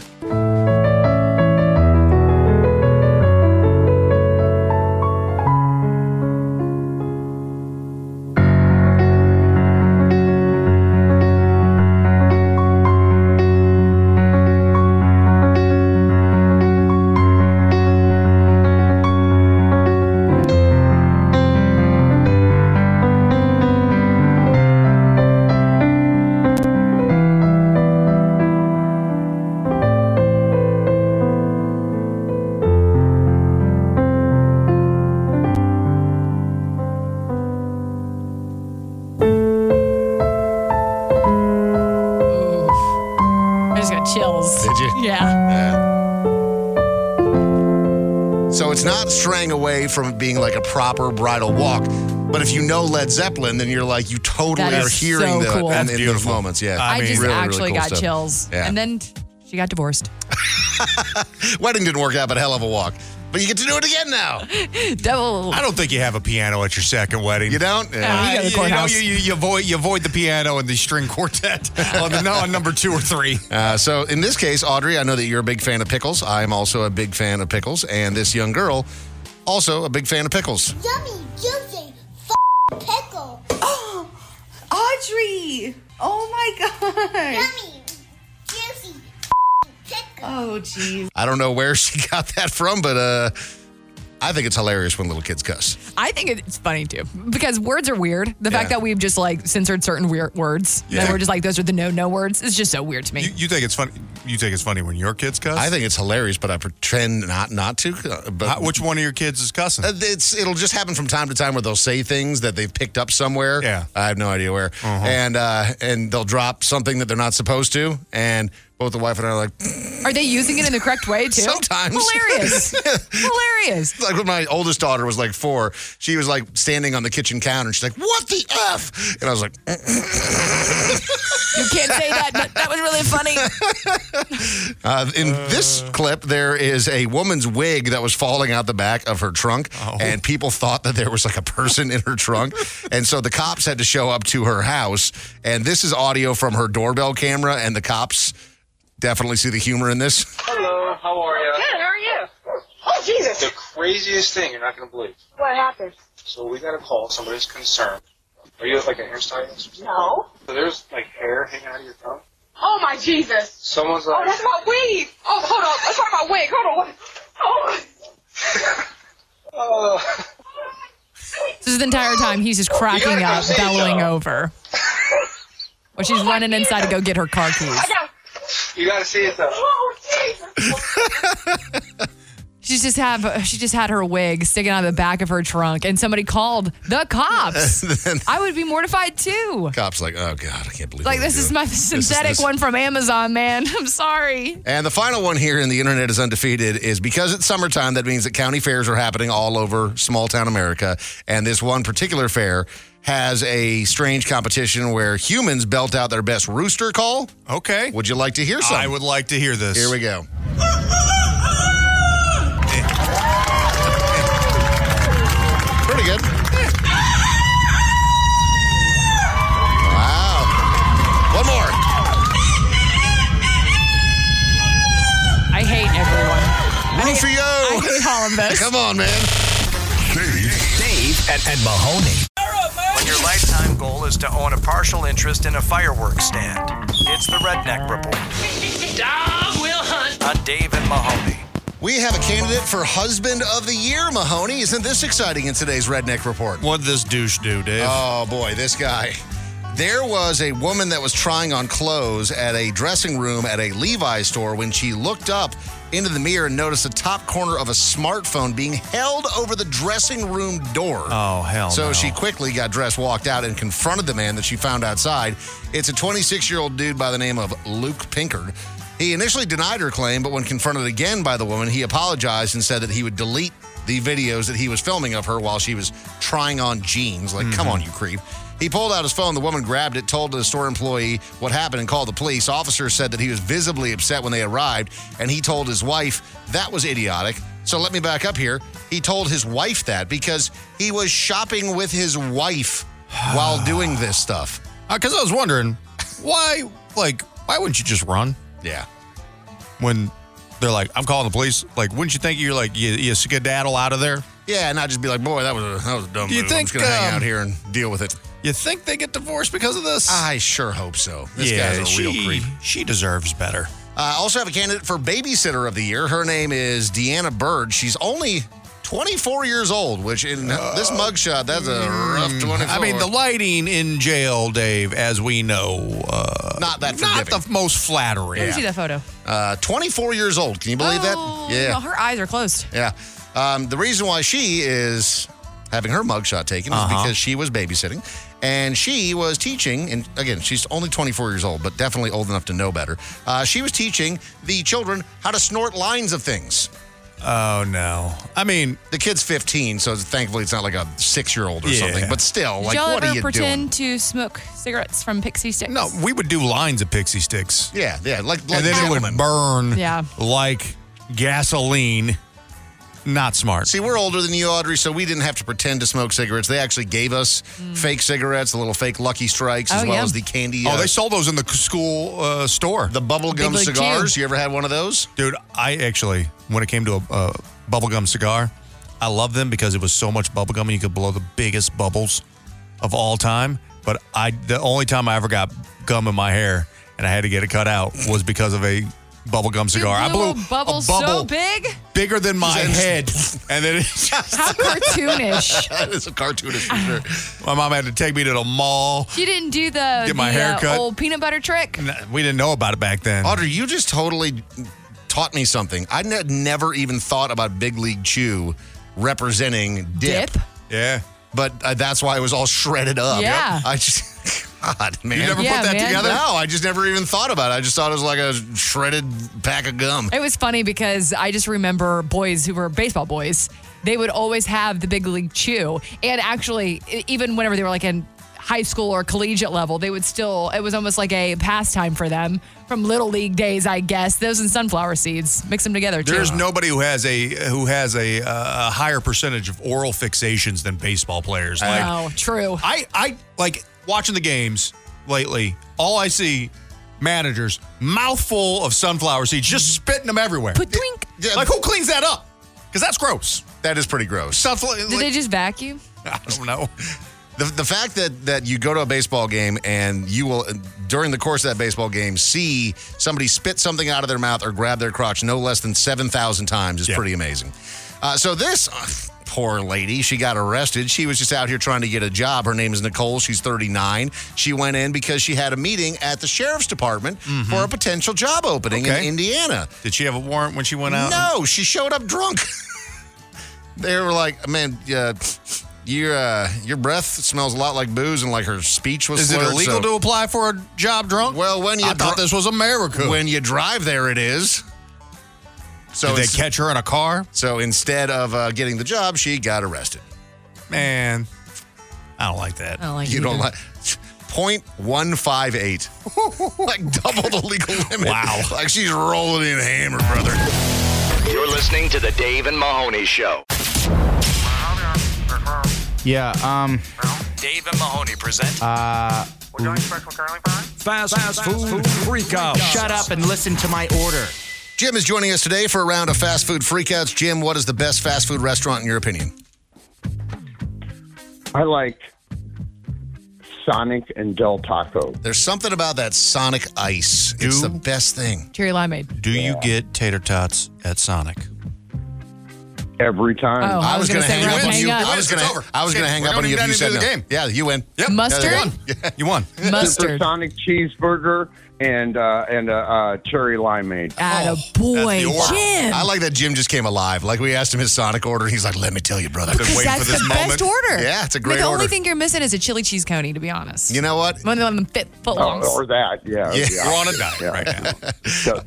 Speaker 5: I just got chills.
Speaker 3: Did you?
Speaker 5: Yeah.
Speaker 3: So it's not straying away from it being like a proper bridal walk. But if you know Led Zeppelin, then you're like, you totally
Speaker 5: That
Speaker 3: are
Speaker 5: is so
Speaker 3: hearing the,
Speaker 5: cool.
Speaker 3: in,
Speaker 5: That's
Speaker 3: in those
Speaker 2: beautiful.
Speaker 3: moments. Yeah.
Speaker 5: I, just
Speaker 3: Really, really
Speaker 5: actually
Speaker 3: cool
Speaker 5: got
Speaker 3: stuff.
Speaker 5: chills.
Speaker 3: Yeah.
Speaker 5: And then she got divorced.
Speaker 3: Wedding didn't work out, but hell of a walk. But you get to do it again now.
Speaker 5: Double.
Speaker 2: I don't think you have a piano at your second wedding. You
Speaker 3: don't?
Speaker 5: No, you go to
Speaker 2: you, know,
Speaker 5: courthouse.
Speaker 2: you, you, you avoid you avoid the piano and the string quartet on, the, on number two or three.
Speaker 3: Uh, so in this case, Audrey, I know that you're a big fan of pickles. I'm also a big fan of pickles. And this young girl, also a big fan of pickles.
Speaker 7: Yummy, juicy, f- pickle. Oh, Audrey! Oh my god! Yummy, juicy, pickle. Oh jeez.
Speaker 3: I don't know where she got that from, but uh, I think it's hilarious when little kids cuss.
Speaker 5: I think it's funny too because words are weird. The fact
Speaker 3: Yeah.
Speaker 5: that we've just like censored certain weird words
Speaker 2: Yeah.
Speaker 5: that we're just like those are the no no words is just so weird to me.
Speaker 2: You think it's funny? You think it's funny when your kids cuss?
Speaker 3: I think it's hilarious, but I pretend not not to. uh, But
Speaker 2: How- which one of your kids is cussing?
Speaker 3: Uh, It's it'll just happen from time to time where they'll say things that they've picked up somewhere. Uh, Yeah, I have no idea where, and uh, and they'll drop something that they're not supposed to, and Both the wife and I are like,
Speaker 5: Are they using it in the correct way too?
Speaker 3: Sometimes.
Speaker 5: Hilarious. Hilarious.
Speaker 3: like when my oldest daughter was like four, she was like standing on the kitchen counter and she's like, What the F? And I was like,
Speaker 5: You can't say that, but that was really funny.
Speaker 3: Uh, in this clip, there is a woman's wig that was falling out the back of her trunk, and people thought that there was like a person in her trunk. And so the cops had to show up to her house. And this is audio from her doorbell camera, and the cops definitely see the humor in this.
Speaker 13: Hello, how are you?
Speaker 18: Good, how are you? Oh, Jesus.
Speaker 13: The craziest thing you're not going to believe.
Speaker 18: What happened?
Speaker 13: So we got a call. Somebody's concerned. Are you like a hairstylist?
Speaker 18: No.
Speaker 13: So there's like hair hanging out of your thumb.
Speaker 18: Oh, my Jesus.
Speaker 13: Someone's
Speaker 18: Oh,
Speaker 13: like,
Speaker 18: that's my wig. Oh, hold on. That's not my wig. Hold on. Oh.
Speaker 13: oh.
Speaker 5: This entire time he's just cracking up, bellowing over. Well, she's running inside to go get her car keys.
Speaker 13: you got to see it though.
Speaker 5: She's just have she just had her wig sticking out of the back of her trunk, and somebody called the cops. I would be mortified too.
Speaker 3: Cops like, oh god, I can't believe.
Speaker 5: Like
Speaker 3: they
Speaker 5: this
Speaker 3: would do
Speaker 5: is
Speaker 3: it."
Speaker 5: my
Speaker 3: This
Speaker 5: synthetic
Speaker 3: this.
Speaker 5: one from Amazon, man. I'm sorry.
Speaker 3: And the final one here in the internet is undefeated is because it's summertime. That means that county fairs are happening all over small town America, and this one particular fair has a strange competition where humans belt out their best rooster call. Okay, would you like to hear some?
Speaker 4: I would like to hear this.
Speaker 3: Here we go. Pretty good. Wow. One more.
Speaker 5: I hate everyone.
Speaker 3: Rufio. I
Speaker 5: hate all of this.
Speaker 3: Come on, man.
Speaker 15: Dave, Dave and, and Mahoney. When your lifetime goal is to own a partial interest in a fireworks stand, it's the Redneck Report
Speaker 19: Dog will hunt.
Speaker 15: on Dave and Mahoney.
Speaker 3: We have a candidate for Husband of the Year, Mahoney. Isn't this exciting in today's Redneck Report?
Speaker 4: What this douche do, Dave?
Speaker 3: Oh, boy, this guy. There was a woman that was trying on clothes at a dressing room at a Levi's store when she looked up into the mirror and noticed the top corner of a smartphone being held over the dressing room door.
Speaker 4: Oh, hell
Speaker 3: So
Speaker 4: no.
Speaker 3: she quickly got dressed, walked out, and confronted the man that she found outside. It's a 26 year old dude by the name of Luke Pinkard. He initially denied her claim, but when confronted again by the woman, he apologized and said that he would delete the videos that he was filming of her while she was trying on jeans. Like, come
Speaker 4: Mm-hmm.
Speaker 3: on, you creep. He pulled out his phone. The woman grabbed it, told the store employee what happened, and called the police. Officers said that he was visibly upset when they arrived, and he told his wife that was idiotic. So let me back up here. He told his wife that because he was shopping with his wife while doing this stuff.
Speaker 4: Because uh, I was wondering why, like, why wouldn't you just run?
Speaker 3: Yeah.
Speaker 4: When they're like, "I'm calling the police," like, wouldn't you think you're like, you, you skedaddle out of there?
Speaker 3: Yeah, and I'd just be like, boy, that was a, that was a dumb
Speaker 4: Do you
Speaker 3: move. I'm
Speaker 4: think,
Speaker 3: just going to hang
Speaker 4: um,
Speaker 3: out here and deal with it.
Speaker 4: You think they get divorced because of this?
Speaker 3: I sure hope so. Ah, This
Speaker 4: yeah,
Speaker 3: guy's a
Speaker 4: she,
Speaker 3: real creep.
Speaker 4: She deserves better.
Speaker 3: I also have a candidate for Babysitter of the Year. Her name is Deanna Bird. She's only 24 years old, which in this mugshot, that's a rough 24.
Speaker 4: Uh, mm, I mean, the lighting in jail, Dave, as we know, uh,
Speaker 3: Not that
Speaker 4: not
Speaker 3: forgiving.
Speaker 4: the most flattering.
Speaker 5: Let me see that photo.
Speaker 3: uh, 24 years old. Can you believe
Speaker 5: Oh,
Speaker 3: that? Yeah.
Speaker 5: no, her eyes are closed.
Speaker 3: Yeah. Um, the reason why she is having her mugshot taken is
Speaker 4: Uh-huh.
Speaker 3: because she was babysitting and she was teaching. And again, she's only 24 years old, but definitely old enough to know better. Uh, she was teaching the children how to snort lines of things.
Speaker 4: Oh no! I mean,
Speaker 3: The kid's 15, so thankfully it's not like a six year old or
Speaker 4: Yeah.
Speaker 3: something, but still,
Speaker 5: Did
Speaker 3: like,
Speaker 5: y'all
Speaker 3: what
Speaker 5: ever
Speaker 3: are you
Speaker 5: pretend to smoke cigarettes from pixie sticks?
Speaker 4: no, we would do lines of pixie sticks,
Speaker 3: doing? Yeah, yeah. Like, like
Speaker 4: and then it would
Speaker 3: gentlemen.
Speaker 4: burn
Speaker 5: Yeah.
Speaker 4: like gasoline. Not smart.
Speaker 3: See, we're older than you, Audrey, so we didn't have to pretend to smoke cigarettes. They actually gave us fake cigarettes, the little fake Lucky Strikes, as
Speaker 5: Mm. Oh,
Speaker 3: well
Speaker 5: yeah.
Speaker 3: as the candy.
Speaker 4: Oh,
Speaker 3: uh,
Speaker 4: they sold those in the c- school uh, store.
Speaker 3: the
Speaker 5: Big
Speaker 3: bubblegum
Speaker 5: League
Speaker 3: cigars.
Speaker 5: Chew.
Speaker 3: You ever had one of those?
Speaker 4: Dude, I actually, when it came to a uh, bubblegum cigar, I love them because it was so much bubblegum and you could blow the biggest bubbles of all time. But I, the only time I ever got gum in my hair and I had to get it cut out was because of a bubblegum
Speaker 5: You
Speaker 4: cigar.
Speaker 5: blew
Speaker 4: I
Speaker 5: a
Speaker 4: blew
Speaker 5: bubble
Speaker 4: a
Speaker 5: so
Speaker 4: bubble
Speaker 5: big.
Speaker 4: bigger than my
Speaker 3: Just-
Speaker 4: head. And then it,
Speaker 5: How cartoonish.
Speaker 3: That is a cartoonist for
Speaker 5: Ah.
Speaker 3: sure.
Speaker 4: my mom had to take me to the mall.
Speaker 5: You didn't do the,
Speaker 4: Get my
Speaker 5: the, uh,
Speaker 4: hair cut.
Speaker 5: old peanut butter trick.
Speaker 4: And We didn't know about it back then.
Speaker 3: Audrey, you just totally taught me something. I ne- never even thought about Big League Chew representing dip,
Speaker 5: Dip?
Speaker 4: Yeah.
Speaker 3: but uh, that's why it was all shredded up.
Speaker 5: Yeah.
Speaker 3: I just
Speaker 15: God, man.
Speaker 4: never put Yeah, that man. together?
Speaker 15: No, I just never even thought about it. I just thought it was like a shredded pack of gum.
Speaker 5: It was funny because I just remember boys who were baseball boys. They would always have the big league chew, and actually, e- even whenever they were like in high school or collegiate level, they would still. It was almost like a pastime for them from little league days, I guess. Those and sunflower seeds, mix them together. Too.
Speaker 4: There's nobody who has a who has a, uh, a higher percentage of oral fixations than baseball players. Like
Speaker 5: Oh, true.
Speaker 4: I, I like watching the games lately. All I see managers mouthful of sunflower seeds, just spitting them everywhere. Like who cleans that up? Because that's gross.
Speaker 15: That is pretty gross.
Speaker 4: Sunflower.
Speaker 5: Did they just vacuum?
Speaker 4: I don't know.
Speaker 15: The, the fact that, that you go to a baseball game and you will, during the course of that baseball game, see somebody spit something out of their mouth or grab their crotch no less than 7,000 times is pretty amazing. Uh, so, this ugh, poor lady, she got arrested. She was just out here trying to get a job. Her name is Nicole. She's 39. She went in because she had a meeting at the sheriff's department for a potential job opening in
Speaker 4: Mm-hmm. Okay. Uh-uh.
Speaker 15: Indiana.
Speaker 4: Did she have a warrant when she went out?
Speaker 15: No, she showed up drunk. they were like, man, uh, your uh, your breath smells a lot like booze, and like her speech was.
Speaker 4: Is it
Speaker 15: slurred,
Speaker 4: illegal
Speaker 15: so-
Speaker 4: to apply for a job drunk?
Speaker 15: Well, when you
Speaker 4: I thought
Speaker 15: dri-
Speaker 4: this was America.
Speaker 15: When you drive there, it is. So
Speaker 4: Did they
Speaker 15: it's-
Speaker 4: catch her in a car?
Speaker 15: So instead of uh, getting the job, she got arrested.
Speaker 4: Man, I don't like that.
Speaker 5: I don't Oh, like
Speaker 15: you don't
Speaker 4: either.
Speaker 15: like. 0.158. like double the legal limit. Wow. Like she's rolling in hammer, brother.
Speaker 20: You're listening to the Dave and Mahoney Show.
Speaker 21: Yeah. Um.
Speaker 2: Dave and Mahoney present
Speaker 21: Uh.
Speaker 2: Fast, fast Food Freakout.
Speaker 21: Shut up and listen to my order.
Speaker 15: Jim is joining us today for a round of fast food freakouts. Jim, what is the best fast food restaurant in your opinion?
Speaker 22: I like Sonic and Del Taco.
Speaker 15: There's something about that Sonic Ice. It's the best thing.
Speaker 5: Cherry limeade.
Speaker 4: Do you get tater tots at Sonic?
Speaker 22: Every time.
Speaker 5: Oh, I was gonna say,
Speaker 15: hang
Speaker 5: we're
Speaker 15: up
Speaker 5: gonna
Speaker 15: on you.
Speaker 5: hang up.
Speaker 15: I was gonna.
Speaker 4: It's over.
Speaker 15: I was gonna
Speaker 4: Okay,
Speaker 15: hang
Speaker 4: we
Speaker 15: up
Speaker 4: don't
Speaker 15: on you
Speaker 4: even
Speaker 15: if you
Speaker 4: need to
Speaker 15: said
Speaker 4: do
Speaker 15: no.
Speaker 4: the game.
Speaker 15: Yeah, you win.
Speaker 4: Yep.
Speaker 5: Mustard?
Speaker 15: Yeah, you won. You won.
Speaker 22: Supersonic cheeseburger and uh, and uh, uh, cherry limeade.
Speaker 5: Atta boy,
Speaker 15: Wow.
Speaker 5: Jim.
Speaker 15: I like that Jim just came alive. Like we asked him his Sonic order, he's like, "Let me tell you, brother, I've been
Speaker 5: Because
Speaker 15: waiting
Speaker 5: that's
Speaker 15: for this
Speaker 5: the
Speaker 15: moment."
Speaker 5: best order.
Speaker 15: Yeah, it's a
Speaker 5: Like,
Speaker 15: great
Speaker 5: The
Speaker 15: order.
Speaker 5: only thing you're missing is a chili cheese coney, to be honest.
Speaker 15: you know what?
Speaker 5: One of them fit
Speaker 13: Oh,
Speaker 5: footlongs.
Speaker 22: Uh, or that, yeah.
Speaker 15: Yeah.
Speaker 22: yeah.
Speaker 15: We're on a diet
Speaker 22: Yeah.
Speaker 4: right now.
Speaker 22: So,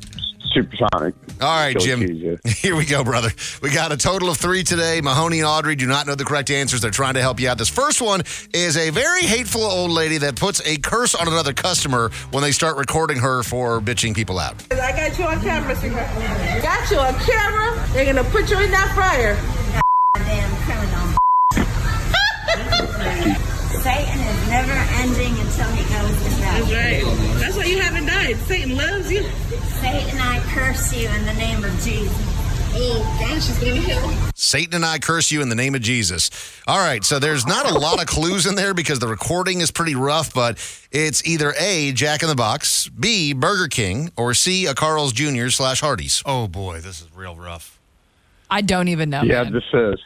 Speaker 22: supersonic.
Speaker 15: All right,
Speaker 22: Chili
Speaker 15: Jim.
Speaker 22: cheese, yeah.
Speaker 15: Here we go, Oh, brother. We got a total of three today. Mahoney and Audrey do not know the correct answers. They're trying to help you out. This first one is a very hateful old lady that puts a curse on another customer when they start recording her for bitching people out.
Speaker 3: I got you on camera, sweetheart. Got you on camera. They're gonna put you in that fryer.
Speaker 23: Damn criminal. Satan is never ending until he goes to hell.
Speaker 3: That's right. That's why you haven't died. Satan loves you.
Speaker 23: Satan, I curse you in the name of Jesus. Oh, gosh, she's gonna hell.
Speaker 15: Satan and I curse you in the name of Jesus. All right, so there's not a lot of clues in there because the recording is pretty rough, but it's either A, Jack in the Box, B, Burger King, or C, a Carl's Jr. slash Hardee's.
Speaker 4: Oh, boy, this is real rough.
Speaker 5: I don't even know. man.
Speaker 22: this is.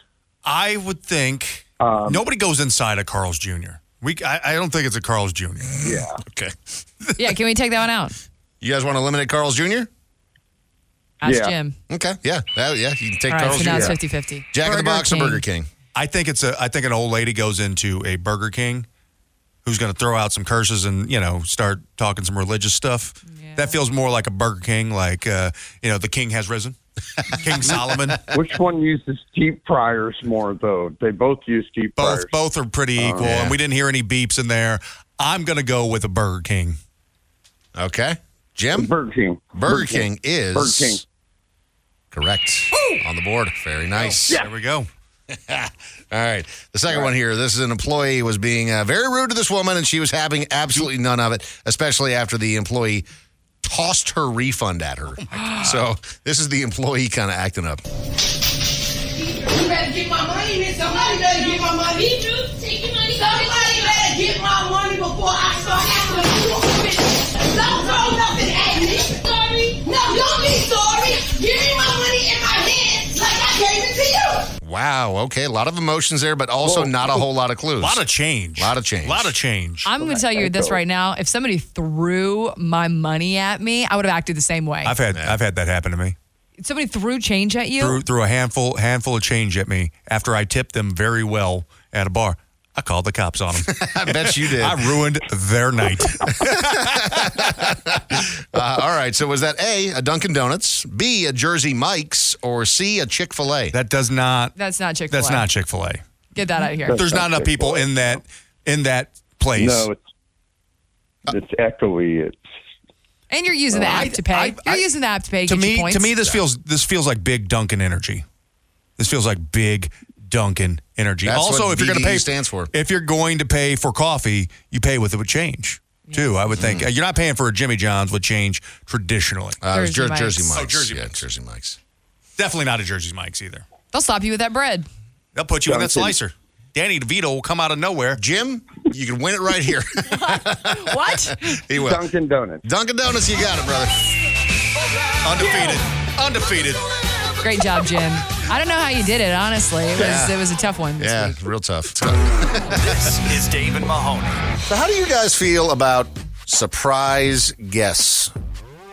Speaker 4: I would think nobody goes inside a Carl's Jr. We, I, I don't think it's a Carl's Jr.
Speaker 22: Yeah.
Speaker 15: Okay.
Speaker 5: yeah, can we take that one out?
Speaker 15: You guys want to eliminate Carl's Jr.?
Speaker 5: Ask Jim.
Speaker 15: Okay, yeah. That- yeah, you can take
Speaker 5: All right,
Speaker 15: Carl's
Speaker 5: so
Speaker 15: Jr.
Speaker 5: now it's 50 50.
Speaker 15: Jack in the Box or Burger King?
Speaker 4: I think it's a. I think an old lady goes into a Burger King, who's going to throw out some curses and you know start talking some religious stuff.
Speaker 5: Mm-hmm.
Speaker 4: That feels more like a Burger King, like uh, you know the King has risen, King Solomon.
Speaker 22: Which one uses deep fryers more, though? They both use deep
Speaker 4: Both
Speaker 22: fryers.
Speaker 4: both are pretty
Speaker 22: Oh,
Speaker 4: equal,
Speaker 22: yeah.
Speaker 4: and we didn't hear any beeps in there. I'm going to go with a Burger King.
Speaker 15: Okay. Jim?
Speaker 22: Burger King.
Speaker 15: Burger King is
Speaker 4: Burger King.
Speaker 15: correct on the board. Very nice.
Speaker 4: There we go.
Speaker 15: All right. The second one here. This is an employee was being uh, very rude to this woman, and she was having absolutely none of it, especially after the employee tossed her refund at her. so this is the employee kind of acting up.
Speaker 24: You better get my money, man. Somebody better get my money. Take your money. Somebody better get my money before I start acting a fool, bitch. Don't throw nothing at me. Sorry. No, don't be sorry. Give me my money in my hand like I gave it to you.
Speaker 15: Wow. Okay. A lot of emotions there, but also not a whole lot of clues. A lot of
Speaker 4: change.
Speaker 15: A lot of change. A
Speaker 4: lot of change.
Speaker 5: I'm going to tell you this right now. If somebody threw my money at me, I would have acted the same way.
Speaker 4: I've had I've had that happen to me.
Speaker 5: If somebody threw change at you,
Speaker 4: Threw, threw a handful handful of change at me after I tipped them very well at a bar. I called the cops on them.
Speaker 15: I bet you did.
Speaker 4: I ruined their night.
Speaker 15: Uh, all right. So was that A, a Dunkin' Donuts, B, a Jersey Mike's, or C, a Chick fil A?
Speaker 4: That does not.
Speaker 5: That's not Chick fil A.
Speaker 4: That's not Chick Fil A.
Speaker 5: Get that out of here.
Speaker 4: There's not enough people in that in that place.
Speaker 25: No, it's it's echoey. It's
Speaker 5: And you're using the app to pay. you're using the app to pay.
Speaker 4: to
Speaker 5: get you
Speaker 4: me,
Speaker 5: points.
Speaker 4: to me, this feels this feels like big Duncan energy. This feels like big Duncan energy.
Speaker 15: That's
Speaker 4: also,
Speaker 15: what
Speaker 4: if you're going to
Speaker 15: DDE
Speaker 4: pay
Speaker 15: stands for.
Speaker 4: if you're going to pay for coffee, you pay with it with change too. I would think Uh, you're not paying for a Jimmy John's with change traditionally.
Speaker 15: Mm. Uh, it was Jersey Jer- Mike's. Jersey
Speaker 4: Oh,
Speaker 15: Mike's.
Speaker 4: Jersey
Speaker 15: Yeah,
Speaker 4: Mike's.
Speaker 15: Jersey Mike's.
Speaker 4: Definitely not a Jersey Mike's either.
Speaker 5: They'll stop you with that bread.
Speaker 4: They'll put you in that
Speaker 15: Duncan.
Speaker 4: slicer. Danny DeVito will come out of nowhere.
Speaker 15: Jim, you can win it right here.
Speaker 5: what?
Speaker 15: He will.
Speaker 25: Dunkin' Donuts.
Speaker 15: Dunkin' Donuts, you got it, brother. Undefeated. Undefeated.
Speaker 5: Great job, Jim. I don't know how you did it. Honestly, it was
Speaker 15: Yeah.
Speaker 5: it was a tough one.
Speaker 15: Yeah, real tough.
Speaker 2: this is Dave and Mahoney.
Speaker 15: So, how do you guys feel about surprise guests?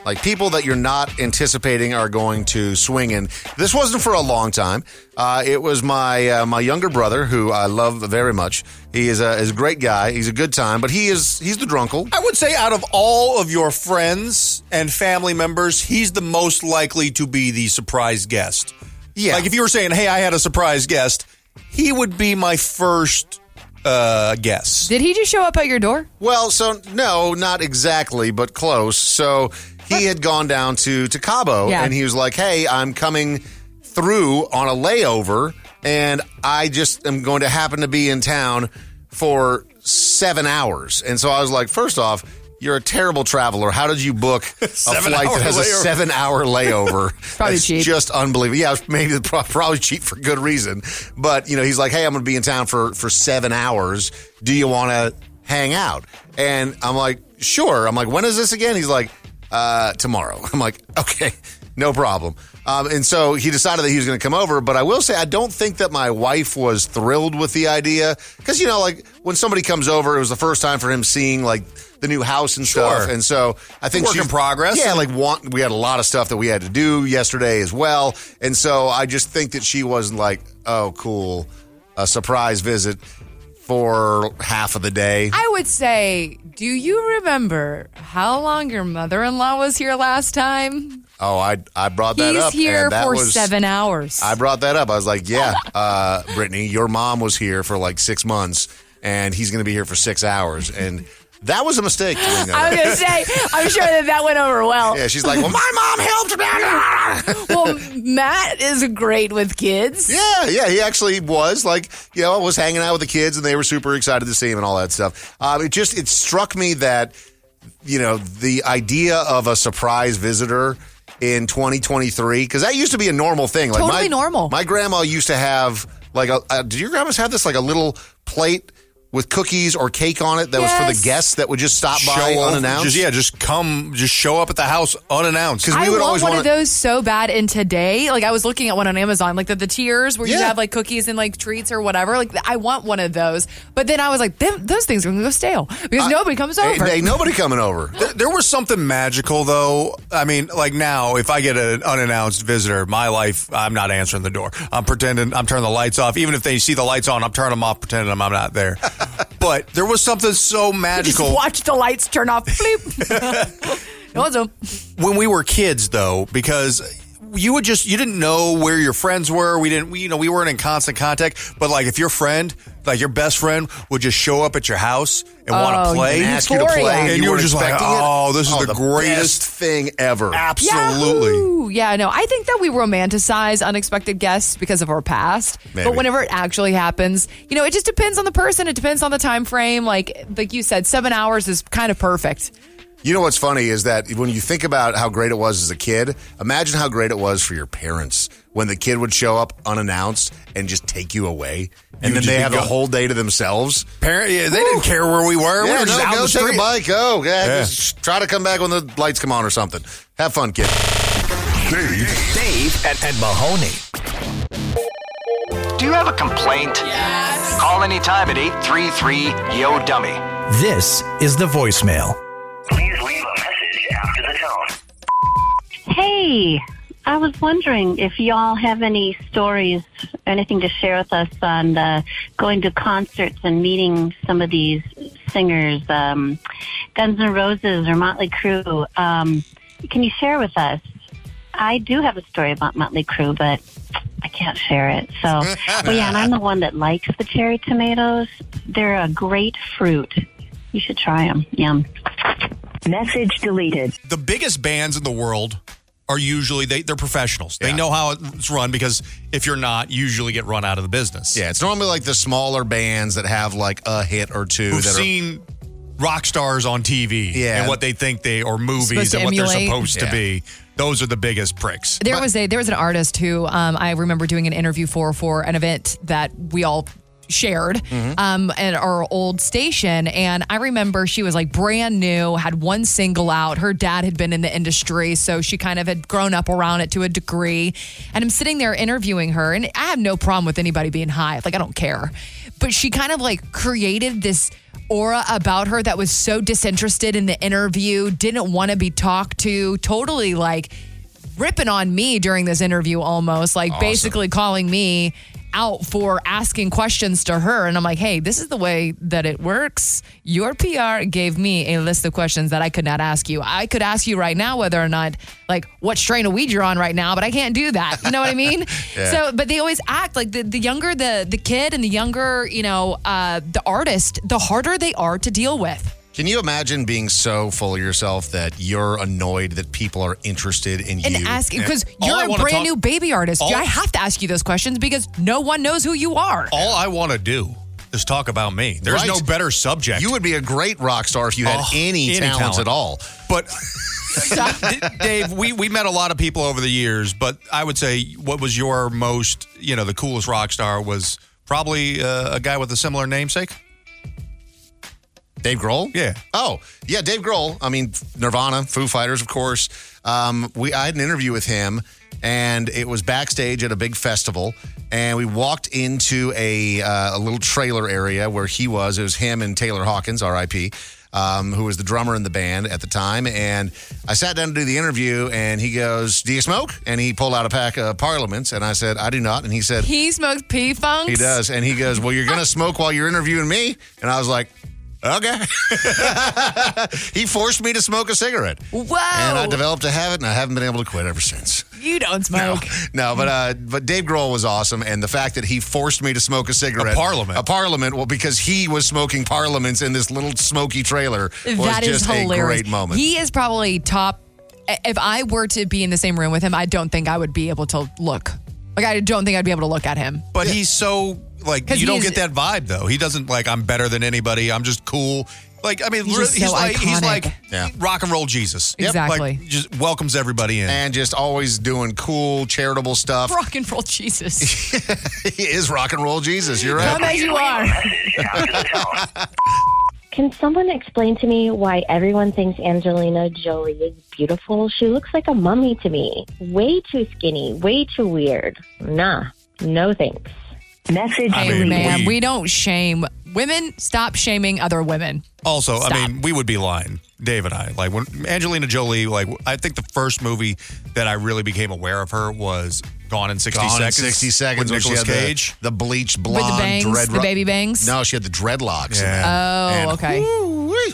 Speaker 15: Like people that you're not anticipating are going to swing in. This wasn't for a long time. Uh, it was my uh, my younger brother who I love very much. He is a, is a great guy. He's a good time, but he is he's the drunkle.
Speaker 4: I would say out of all of your friends and family members, he's the most likely to be the surprise guest. Yeah. Like if you were saying, "Hey, I had a surprise guest," he would be my first uh guess.
Speaker 5: Did he just show up at your door?
Speaker 15: Well, so no, not exactly, but close. So he had gone down to to Cabo,
Speaker 5: Yeah.
Speaker 15: and he was like, "Hey, I'm coming through on a layover, and I just am going to happen to be in town for seven hours." And so I was like, first off." You're a terrible traveler. How did you book a
Speaker 4: Seven
Speaker 15: flight
Speaker 4: hour
Speaker 15: that has a
Speaker 4: layover.
Speaker 15: seven hour layover?
Speaker 5: Probably
Speaker 15: That's
Speaker 5: cheap.
Speaker 15: Just unbelievable. Yeah, it's maybe pro- probably cheap for good reason. But you know, he's like, "Hey, I'm going to be in town for for seven hours. Do you want to hang out?" And I'm like, "Sure." I'm like, "When is this again?" He's like, uh, "Tomorrow." I'm like, "Okay, no problem." Um, and so he decided that he was going to come over. But I will say, I don't think that my wife was thrilled with the idea because you know, like when somebody comes over, it was the first time for him seeing like the new house and
Speaker 4: Sure.
Speaker 15: stuff. And so I think
Speaker 4: Work
Speaker 15: she-
Speaker 4: in progress.
Speaker 15: Yeah, like want we had a lot of stuff that we had to do yesterday as well, and so I just think that she wasn't like, oh, cool, a surprise visit for half of the day.
Speaker 5: I would say, do you remember how long your mother-in-law was here last time?
Speaker 15: oh, I I brought that
Speaker 5: He's
Speaker 15: up.
Speaker 5: here
Speaker 15: and that
Speaker 5: for
Speaker 15: was,
Speaker 5: seven hours.
Speaker 15: I brought that up. I was like, yeah, uh, Brittany, your mom was here for like six months, and he's going to be here for six hours, and that was a mistake. to bring that
Speaker 5: I was
Speaker 15: up.
Speaker 5: gonna say, I'm sure that that went over well.
Speaker 15: Yeah, she's like, well, my mom helped me.
Speaker 5: well, Matt is great with kids.
Speaker 15: Yeah, yeah, he actually was like, you know, I was hanging out with the kids and they were super excited to see him and all that stuff. Um, it just it struck me that you know the idea of a surprise visitor in 2023 because that used to be a normal thing. Like
Speaker 5: Totally
Speaker 15: my,
Speaker 5: normal.
Speaker 15: My grandma used to have like a, a. Did your grandmas have this like a little plate? With cookies or cake on it that was for
Speaker 5: Yes.
Speaker 15: the guests that would just stop by
Speaker 4: up-
Speaker 15: unannounced.
Speaker 4: just- yeah, just come, just show up at the house unannounced.
Speaker 5: I want one
Speaker 15: wanna-
Speaker 5: of those so bad. And today, like I was looking at one on Amazon, like the, the tiers where you
Speaker 15: Yeah.
Speaker 5: have like cookies and like treats or whatever. Like I want one of those, but then I was like, them, those things are gonna go stale because nobody comes
Speaker 15: Ain't-
Speaker 5: over.
Speaker 15: ain't nobody coming over.
Speaker 4: There, there was something magical, though. I mean, like now, if I get an unannounced visitor, my life, I'm not answering the door. I'm pretending, I'm turning the lights off. Even if they see the lights on, I'm turning them off, pretending I'm, I'm not there. but there was something so
Speaker 5: Just
Speaker 4: magical.
Speaker 5: watch the lights turn off. Bleep. no one's home.
Speaker 4: when we were kids though because you would just you didn't know where your friends were we didn't we, you know we weren't in constant contact but like if your friend like your best friend would just show up at your house and want
Speaker 5: Oh,
Speaker 4: to play
Speaker 15: and ask you to play,
Speaker 4: and you, were
Speaker 15: weren't
Speaker 4: just like
Speaker 15: expecting it?
Speaker 4: oh this is the,
Speaker 15: best
Speaker 4: greatest
Speaker 15: thing ever.
Speaker 4: absolutely
Speaker 5: Ooh, yeah, no, I think that we romanticize unexpected guests because of our past.
Speaker 4: Maybe.
Speaker 5: But whenever it actually happens, you know, it just depends on the person. It depends on the time frame. Like like you said, seven hours is kind of perfect.
Speaker 15: You know what's funny is that when you think about how great it was as a kid, imagine how great it was for your parents when the kid would show up unannounced and just take you away, and
Speaker 4: would
Speaker 15: then
Speaker 4: just
Speaker 15: they
Speaker 4: be
Speaker 15: have
Speaker 4: gone.
Speaker 15: a whole day to themselves.
Speaker 4: Parent, yeah, they didn't care where we were. we
Speaker 15: yeah,
Speaker 4: were just
Speaker 15: no,
Speaker 4: out in
Speaker 15: go
Speaker 4: the
Speaker 15: take
Speaker 4: street.
Speaker 15: a bike. Oh, yeah,
Speaker 4: Yeah.
Speaker 15: just try to come back when the lights come on or something. Have fun, kid.
Speaker 20: Dave. Dave and, and Mahoney. Do you have a complaint? Yes. Call anytime at 833 Yo Dummy.
Speaker 2: This is the voicemail.
Speaker 26: Please leave a message after the tone.
Speaker 27: Hey,
Speaker 7: I was wondering if y'all have any stories, anything to share with us on uh, going to concerts and meeting some of these singers, um, Guns N' Roses or Motley Crue. Um, can you share with us? I do have a story about Motley Crue, but I can't share it. So, well, yeah, and I'm the one that likes the cherry tomatoes. They're a great fruit. You should try them. Yum. Message deleted.
Speaker 4: The biggest bands in the world are usually they, they're professionals. They know how it's run because if you're not, you usually get run out of the business.
Speaker 15: Yeah, it's normally like the smaller bands that have like a hit or 2
Speaker 4: We've
Speaker 15: that
Speaker 4: seen rock stars on TV
Speaker 15: Yeah.
Speaker 4: and what they think they or movies
Speaker 5: Supposed to
Speaker 4: and what they're
Speaker 5: emulate.
Speaker 4: supposed
Speaker 5: Yeah.
Speaker 4: to be. Those are the biggest pricks.
Speaker 5: There was a there was an artist who um, I remember doing an interview for for an event that we all shared
Speaker 24: Mhm.
Speaker 5: um, at our old station, and I remember she was like brand new, had one single out. Her dad had been in the industry, so she kind of had grown up around it to a degree. And I'm sitting there interviewing her, and I have no problem with anybody being high. Like I don't care, but she kind of like created this aura about her that was so disinterested in the interview, didn't want to be talked to, totally like ripping on me during this interview almost, like
Speaker 24: Awesome.
Speaker 5: basically calling me out for asking questions to her. And I'm like, hey, this is the way that it works. Your PR gave me a list of questions that I could not ask you. I could ask you right now whether or not, like, what strain of weed you're on right now, but I can't do that. You know what I mean?
Speaker 24: Yeah.
Speaker 5: So but they always act like the, the younger the the kid and the younger you know uh, the artist the harder they are to deal with
Speaker 15: are. Can you imagine being so full of yourself that you're annoyed that people are interested in
Speaker 5: and
Speaker 15: you?
Speaker 5: ask because
Speaker 15: All I
Speaker 5: you're a
Speaker 15: wanna
Speaker 5: brand
Speaker 15: talk-
Speaker 5: new baby artist
Speaker 15: all-
Speaker 5: i have to ask you those questions because no one knows who you are
Speaker 4: All I want to do is talk about me. There's
Speaker 15: Right.
Speaker 4: no better subject.
Speaker 15: You would be a great rock star if you had
Speaker 4: Oh,
Speaker 15: any,
Speaker 4: any
Speaker 15: talents at
Speaker 4: talent.
Speaker 15: all.
Speaker 4: But Dave, we, we met a lot of people over the years, but I would say what was your most, you know, the coolest rock star was probably uh, a guy with a similar namesake.
Speaker 15: Dave Grohl?
Speaker 4: Yeah.
Speaker 15: Oh, yeah, Dave Grohl. I mean, Nirvana, Foo Fighters, of course. Um, we I had an interview with him, and it was backstage at a big festival. And we walked into a, uh, a little trailer area where he was. It was him and Taylor Hawkins, R.I.P., um, who was the drummer in the band at the time. And I sat down to do the interview, and he goes, "Do you smoke?" And he pulled out a pack of Parliaments, and I said, "I do not." And he said,
Speaker 5: he smokes p-funks
Speaker 15: he does. And he goes, Well, you're going to smoke while you're interviewing me? And I was like, Okay. he forced me to smoke a cigarette.
Speaker 5: Whoa.
Speaker 15: And I developed a habit and I haven't been able to quit ever since.
Speaker 5: you don't smoke
Speaker 15: No, but uh, but Dave Grohl was awesome, and the fact that he forced me to smoke a cigarette, a parliament, a parliament, well, because he was smoking parliaments in this little smoky trailer, was
Speaker 5: that is
Speaker 15: just a
Speaker 5: hilarious
Speaker 15: great moment.
Speaker 5: he is probably top if i were to be in the same room with him i don't think i would be able to look like i don't think i'd be able to look at him
Speaker 4: But he's so like
Speaker 5: 'Cause
Speaker 4: you don't get
Speaker 5: he's-
Speaker 4: that vibe though. He doesn't like I'm better than anybody. I'm just cool. Like I mean,
Speaker 5: He's
Speaker 4: re-
Speaker 5: just
Speaker 4: he's
Speaker 5: so
Speaker 4: like he's
Speaker 5: iconic.
Speaker 4: like rock and roll Jesus.
Speaker 5: Yep.
Speaker 4: Like,
Speaker 5: Exactly.
Speaker 4: just welcomes everybody in.
Speaker 15: and just always doing cool charitable stuff.
Speaker 5: rock and roll jesus
Speaker 15: he is rock and roll Jesus. You're right.
Speaker 5: come as you are
Speaker 27: Can someone explain to me why everyone thinks Angelina Jolie is beautiful? She looks like a mummy to me. Way too skinny, way too weird. Nah, no thanks. Message
Speaker 5: hey ma'am we, don't shame women stop shaming other women
Speaker 4: Also, I
Speaker 5: Stop.
Speaker 4: mean, we would be lying, Dave and I. Like when Angelina Jolie, like I think the first movie that I really became aware of her was Gone in 60
Speaker 15: Gone in
Speaker 4: Seconds.
Speaker 15: 60 seconds
Speaker 4: with
Speaker 15: when she
Speaker 4: Nicolas
Speaker 15: had the-
Speaker 4: Cage.
Speaker 15: The, bleached
Speaker 5: with the
Speaker 15: blonde
Speaker 5: bangs
Speaker 15: dread
Speaker 5: the baby bangs
Speaker 15: No, she had the dreadlocks. in that.
Speaker 5: oh
Speaker 15: And-
Speaker 5: okay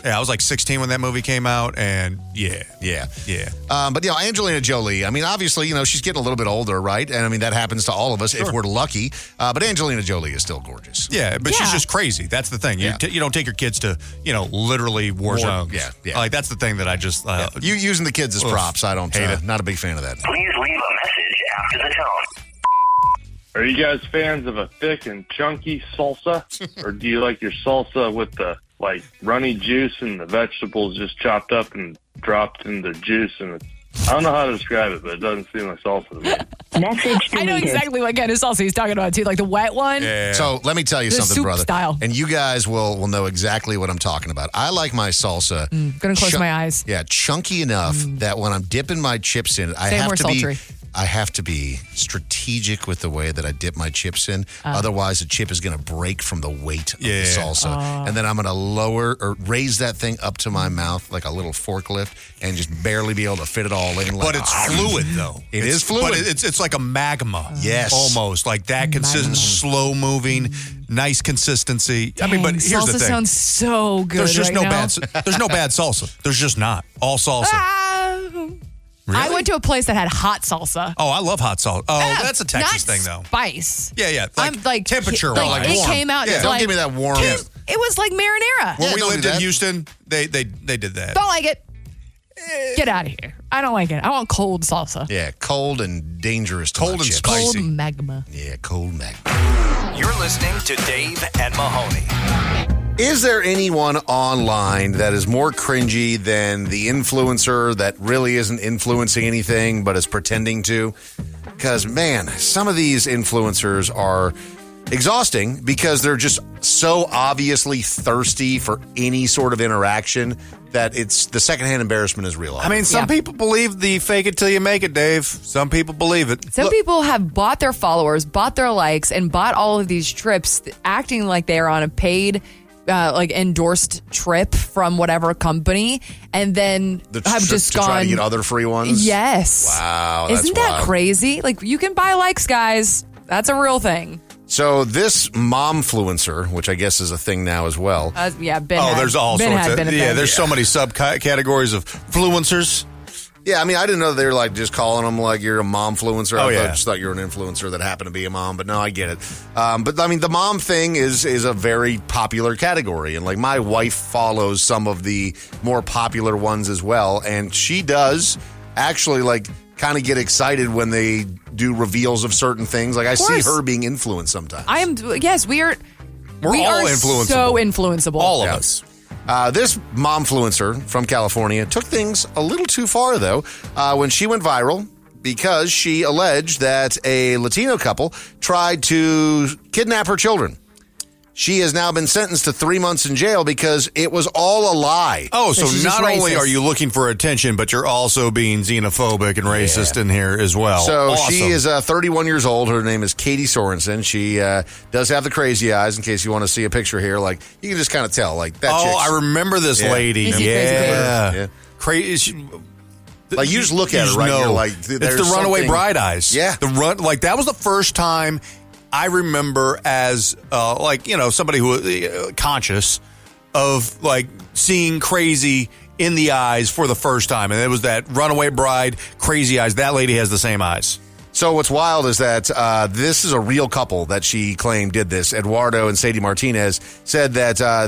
Speaker 4: Yeah, I was like 16 when that movie came out, and yeah,
Speaker 15: Uh, yeah,
Speaker 4: yeah.
Speaker 15: Um, but you know, Angelina Jolie. I mean, obviously, you know, she's getting a little bit older, right? And I mean, that happens to all of us if we're lucky. Uh, but Angelina Jolie is still gorgeous.
Speaker 4: Yeah, but she's
Speaker 15: Yeah.
Speaker 4: just crazy. That's the thing. You,
Speaker 15: Yeah.
Speaker 4: t- you don't take your kids to, you know, literally war,
Speaker 15: War-
Speaker 4: zones.
Speaker 15: yeah, yeah.
Speaker 4: Like that's the thing that I just uh,
Speaker 15: You using the kids as
Speaker 4: Ugh.
Speaker 15: props? I don't.
Speaker 4: Hate
Speaker 15: uh,
Speaker 4: it.
Speaker 15: Not a big fan of that.
Speaker 26: Please leave a message after the tone.
Speaker 13: Are you guys fans of a thick and chunky salsa, or do you like your salsa with the like runny juice and the vegetables just chopped up and dropped in the juice? And it's, I don't know how to describe it, but it doesn't seem like salsa to me.
Speaker 5: Message I know exactly what kind of salsa he's talking about too, like the wet one.
Speaker 15: So let me tell you
Speaker 5: The
Speaker 15: something,
Speaker 5: soup
Speaker 15: brother.
Speaker 5: Style.
Speaker 15: And you guys will will know exactly what I'm talking about. I like my salsa.
Speaker 5: Mm, gonna close my eyes.
Speaker 15: Yeah, chunky enough that when I'm dipping my chips in it, I
Speaker 5: Mm. Say it
Speaker 15: have
Speaker 5: more
Speaker 15: to
Speaker 5: sultry.
Speaker 15: be I have to be strategic with the way that I dip my chips in.
Speaker 10: Ah.
Speaker 15: Otherwise, the chip is going to break from the weight of
Speaker 10: Yeah.
Speaker 15: the salsa.
Speaker 10: Ah.
Speaker 15: And then I'm going to lower or raise that thing up to my mouth like a little forklift and just barely be able to fit it all in. Like,
Speaker 4: But it's fluid, though.
Speaker 15: It
Speaker 4: it's,
Speaker 15: is fluid.
Speaker 4: But it- it's it's like a
Speaker 5: Uh,
Speaker 4: magma.
Speaker 15: Yes.
Speaker 4: almost like that consistent, slow moving, nice consistency. I mean, but
Speaker 5: Dang,
Speaker 4: here's
Speaker 5: salsa
Speaker 4: the thing.
Speaker 5: sounds so good.
Speaker 4: there's just no
Speaker 5: right now. Ah.
Speaker 4: bad. s- There's no bad salsa. There's just not all salsa.
Speaker 5: I went to a place that had hot salsa.
Speaker 4: Oh, I love hot salsa. Oh,
Speaker 5: Ah,
Speaker 4: that's a Texas
Speaker 5: not
Speaker 4: thing, though.
Speaker 5: Spice.
Speaker 4: Yeah, yeah. Like,
Speaker 5: I'm like
Speaker 4: temperature
Speaker 5: Like,
Speaker 4: wise.
Speaker 5: it came out. it's like, "Kim, It was like marinara.
Speaker 4: When we lived in Houston, they they they did that.
Speaker 5: Don't like it. Get out of here. I don't like it. I want cold salsa.
Speaker 15: yeah, cold and dangerous. Cold and
Speaker 5: Cold magma.
Speaker 15: Yeah, cold magma.
Speaker 2: You're listening to Dave and Mahoney.
Speaker 15: Is there anyone online that is more cringy than the influencer that really isn't influencing anything but is pretending to? Because, man, some of these influencers are exhausting because they're just so obviously thirsty for any sort of interaction that it's the secondhand embarrassment is real.
Speaker 4: I mean, some people believe the fake it till you make it, Dave. Some people believe it.
Speaker 5: Some people have bought their followers, bought their likes, and bought all of these trips, th- acting like they are on a paid, uh, like endorsed trip from whatever company, and then
Speaker 15: The
Speaker 5: have
Speaker 15: trip
Speaker 5: just
Speaker 15: to
Speaker 5: gone.
Speaker 15: try to get other free ones.
Speaker 5: Yes.
Speaker 15: Wow. that's
Speaker 5: Isn't that
Speaker 15: wild.
Speaker 5: crazy? Like you can buy likes, guys. That's a real thing.
Speaker 15: So this momfluencer, which I guess is a thing now as well.
Speaker 5: Uh, yeah, Ben.
Speaker 4: oh,
Speaker 5: had-
Speaker 4: there's all
Speaker 5: ben
Speaker 4: sorts
Speaker 5: had
Speaker 4: of
Speaker 5: been a
Speaker 4: yeah.
Speaker 5: thing.
Speaker 4: There's so many subcategories of influencers.
Speaker 15: Yeah, I mean, I didn't know they were like just calling them like you're a momfluencer.
Speaker 4: Oh,
Speaker 15: I
Speaker 4: yeah.
Speaker 15: thought, just thought you were an influencer that happened to be a mom, but no, I get it. Um, but I mean, the mom thing is is a very popular category, and like my wife follows some of the more popular ones as well, and she does actually like kind of get excited when they do reveals of certain things. Like I see
Speaker 5: course.
Speaker 15: her being influenced sometimes.
Speaker 5: I am. Yes, we are.
Speaker 15: We're
Speaker 5: we
Speaker 15: all
Speaker 5: are
Speaker 15: influenceable.
Speaker 5: So influenceable.
Speaker 15: Yeah. Uh, this momfluencer from California took things a little too far, though, uh, when she went viral because she alleged that a Latino couple tried to kidnap her children. She has now been sentenced to three months in jail because it was all a lie.
Speaker 4: Oh, so, not only are you looking for attention, but you're also being xenophobic and racist in here as well.
Speaker 15: So she
Speaker 4: Awesome.
Speaker 15: is uh, 31 years old. Her name is Katie Sorensen. She uh, does have the crazy eyes. In case you want to see a picture here, like you can just kind of tell, like that.
Speaker 4: Oh,
Speaker 15: chick's-
Speaker 4: I remember this
Speaker 15: Yeah.
Speaker 4: lady. yeah, crazy.
Speaker 15: Like you just look at it, right?
Speaker 4: No,
Speaker 15: You're like,
Speaker 4: it's
Speaker 15: th-
Speaker 4: the
Speaker 15: there's
Speaker 4: runaway
Speaker 15: something-
Speaker 4: bride eyes.
Speaker 15: Yeah.
Speaker 4: the run like that was the first time I remember as uh, like you know somebody who uh, conscious of like seeing crazy in the eyes for the first time, and it was that runaway bride, crazy eyes. That lady has the same eyes.
Speaker 15: So what's wild is that uh, this is a real couple that she claimed did this. Eduardo and Sadie Martinez said that uh,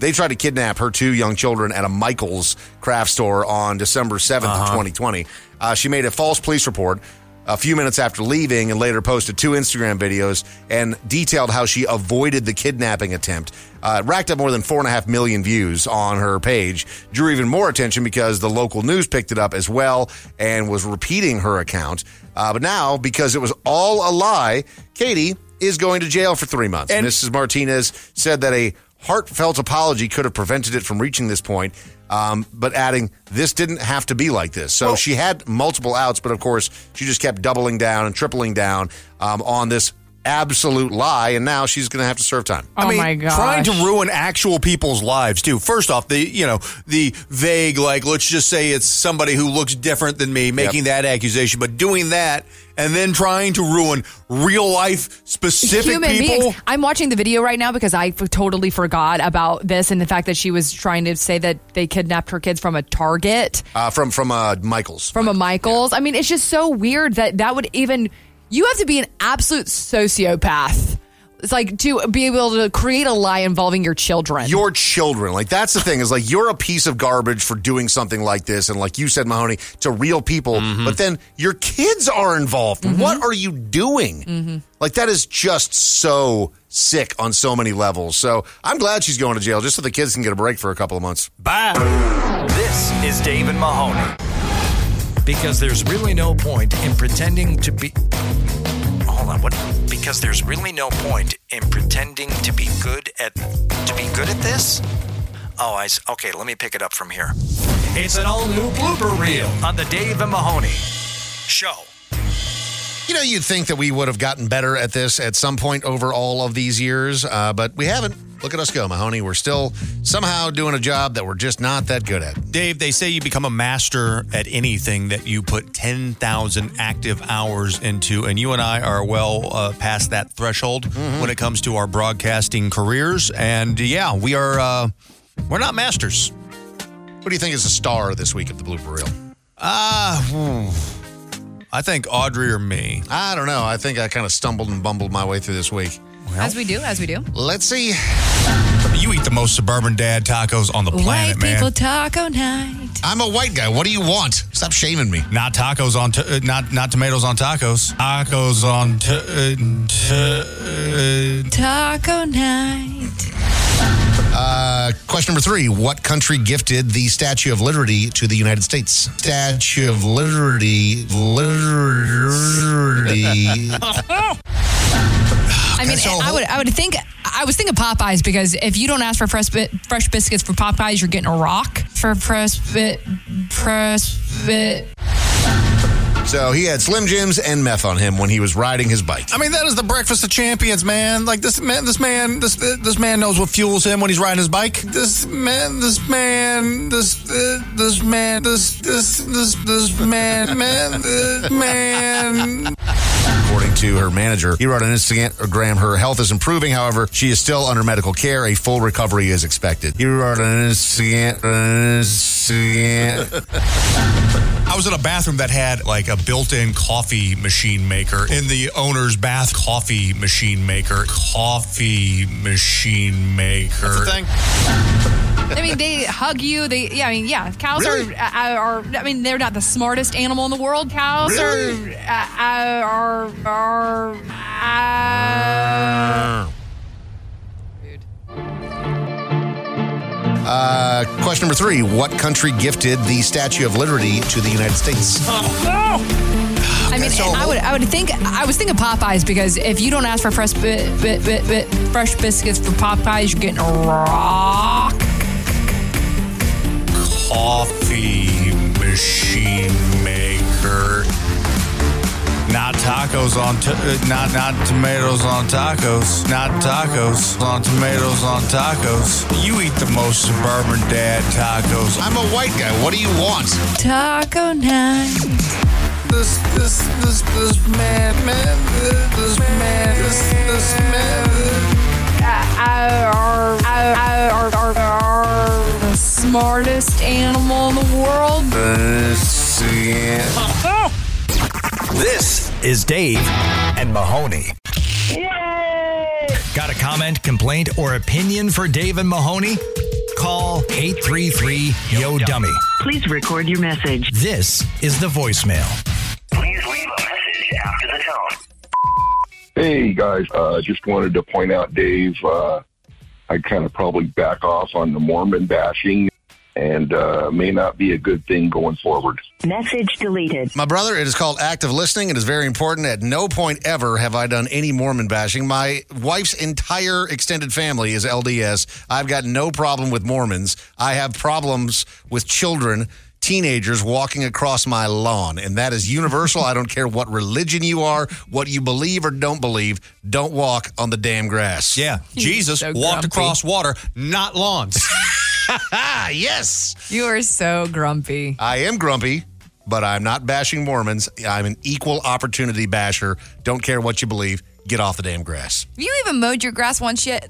Speaker 15: they tried to kidnap her two young children at a Michaels craft store on December 7th of 2020. Uh, she made a false police report a few minutes after leaving and later posted two Instagram videos and detailed how she avoided the kidnapping attempt. Uh, it racked up more than four and a half million views on her page, drew even more attention because the local news picked it up as well and was repeating her account. Uh, but now, because it was all a lie, Katie is going to jail for three months. Mrs. Martinez said that a heartfelt apology could have prevented it from reaching this point. Um, but adding, this didn't have to be like this. So she had multiple outs, but of course, she just kept doubling down and tripling down um, on this absolute lie. And now she's going to have to serve time.
Speaker 4: I mean, trying to ruin actual people's lives too. First off, the you know the vague like let's just say it's somebody who looks different than me making that accusation, but doing that and then trying to ruin real life specific
Speaker 5: Human
Speaker 4: people.
Speaker 5: beings. I'm watching the video right now because I f- totally forgot about this and the fact that she was trying to say that they kidnapped her kids from a Target,
Speaker 15: Uh, from from uh, Michaels.
Speaker 5: from a Michaels. I mean, it's just so weird that that would even. You have to be an absolute sociopath. It's like to be able to create a lie involving your children.
Speaker 15: Your children. Like, that's the thing is like, you're a piece of garbage for doing something like this. And like you said, Mahoney, to real people, but then your kids are involved. What are you doing? Like, that is just so sick on so many levels. So I'm glad she's going to jail just so the kids can get a break for a couple of months.
Speaker 2: Bye. This is Dave and Mahoney. Because there's really no point in pretending to be. Hold on, what? Because there's really no point in pretending to be good at to be good at this. Oh, I s- okay. Let me pick it up from here. It's an all new blooper reel on the Dave and Mahoney show.
Speaker 15: You know, you'd think that we would have gotten better at this at some point over all of these years, uh, but we haven't. Look at us go, Mahoney. We're still somehow doing a job that we're just not that good at.
Speaker 4: Dave, they say you become a master at anything that you put 10,000 active hours into, and you and I are well uh, past that threshold
Speaker 15: Mm-hmm.
Speaker 4: when it comes to our broadcasting careers. And yeah, we are, uh, we're not masters. What
Speaker 15: do you think is the star this week of the blooper reel?
Speaker 4: Ah, hmm. I think Audrey or me.
Speaker 15: I don't know. I think I kind of stumbled and bumbled my way through this week.
Speaker 5: As we do, as we do.
Speaker 15: Let's see.
Speaker 4: You eat the most suburban dad tacos on the planet,
Speaker 5: White people
Speaker 4: man.
Speaker 5: taco night.
Speaker 15: I'm a white guy. What do you want? Stop shaming me.
Speaker 4: Not tacos on, t- uh, not not tomatoes on tacos. Tacos on. T- uh, t- uh,
Speaker 5: Taco night.
Speaker 15: Uh, question number three What country gifted the Statue of Liberty to the United States? Statue of Liberty. Liberty.
Speaker 5: I mean, I would, I would think, I was thinking Popeyes because if you don't ask for fresh, bi- fresh biscuits for Popeyes, you're getting a rock for fresh bit, fresh bit.
Speaker 15: so he had Slim Jims and meth on him when he was riding his bike.
Speaker 4: I mean, that is the breakfast of champions, man. Like this man, this man, this uh, this man knows what fuels him when he's riding his bike. This man, this man, this uh, this man, this this this this man, man, this man.
Speaker 15: According to her manager, he wrote on Instagram, her health is improving. However, she is still under medical care. A full recovery is expected. He wrote on Instagram. on Instagram.
Speaker 4: I was in a bathroom that had like a built-in coffee machine maker in the owner's bath coffee machine maker. Coffee machine maker.
Speaker 5: I mean, they hug you. They, yeah, I mean, yeah, cows
Speaker 4: Really?
Speaker 5: are, uh, are, I mean, they're not the smartest animal in the world. Cows
Speaker 4: Really?
Speaker 5: are, are, are, are,
Speaker 15: Uh, question number three What country gifted the Statue of Liberty to the United States?
Speaker 5: I mean, and I would, I would think, I was thinking Popeyes because if you don't ask for fresh, bi- bi- bi- bi- fresh biscuits for Popeyes, you're getting a rock.
Speaker 4: coffee machine maker. Not tacos on t- uh, not not tomatoes on tacos. Not tacos on tomatoes on tacos. You eat the most suburban dad tacos.
Speaker 15: I'm a white guy. What do you want?
Speaker 5: Taco night.
Speaker 4: This this this this man man uh, this man this this man.
Speaker 5: are, are, are, are the smartest animal in the world.
Speaker 2: This is Dave and Mahoney. Got a comment, complaint, or opinion for Dave and Mahoney? Call 833 Yo Dummy.
Speaker 28: Please record your message.
Speaker 2: This is the voicemail.
Speaker 26: Please leave a message after the tone.
Speaker 25: Hey guys, uh, just wanted to point out, Dave. Uh, I kind of probably back off on the Mormon bashing, and uh, may not be a good thing going forward.
Speaker 28: Message deleted.
Speaker 15: My brother, it is called active listening. It is very important. At no point ever have I done any Mormon bashing. My wife's entire extended family is LDS. I've got no problem with Mormons. I have problems with children, teenagers walking across my lawn. And that is universal. I don't care what religion you are, what you believe or don't believe. Don't walk on the damn grass.
Speaker 4: Yeah, Jesus
Speaker 5: so
Speaker 4: walked
Speaker 5: grumpy.
Speaker 4: across water, not lawns.
Speaker 15: yes.
Speaker 5: You are so grumpy.
Speaker 15: I am grumpy, but I'm not bashing Mormons. I'm an equal opportunity basher. Don't care what you believe. Get off the damn grass.
Speaker 5: You even mowed your grass once yet?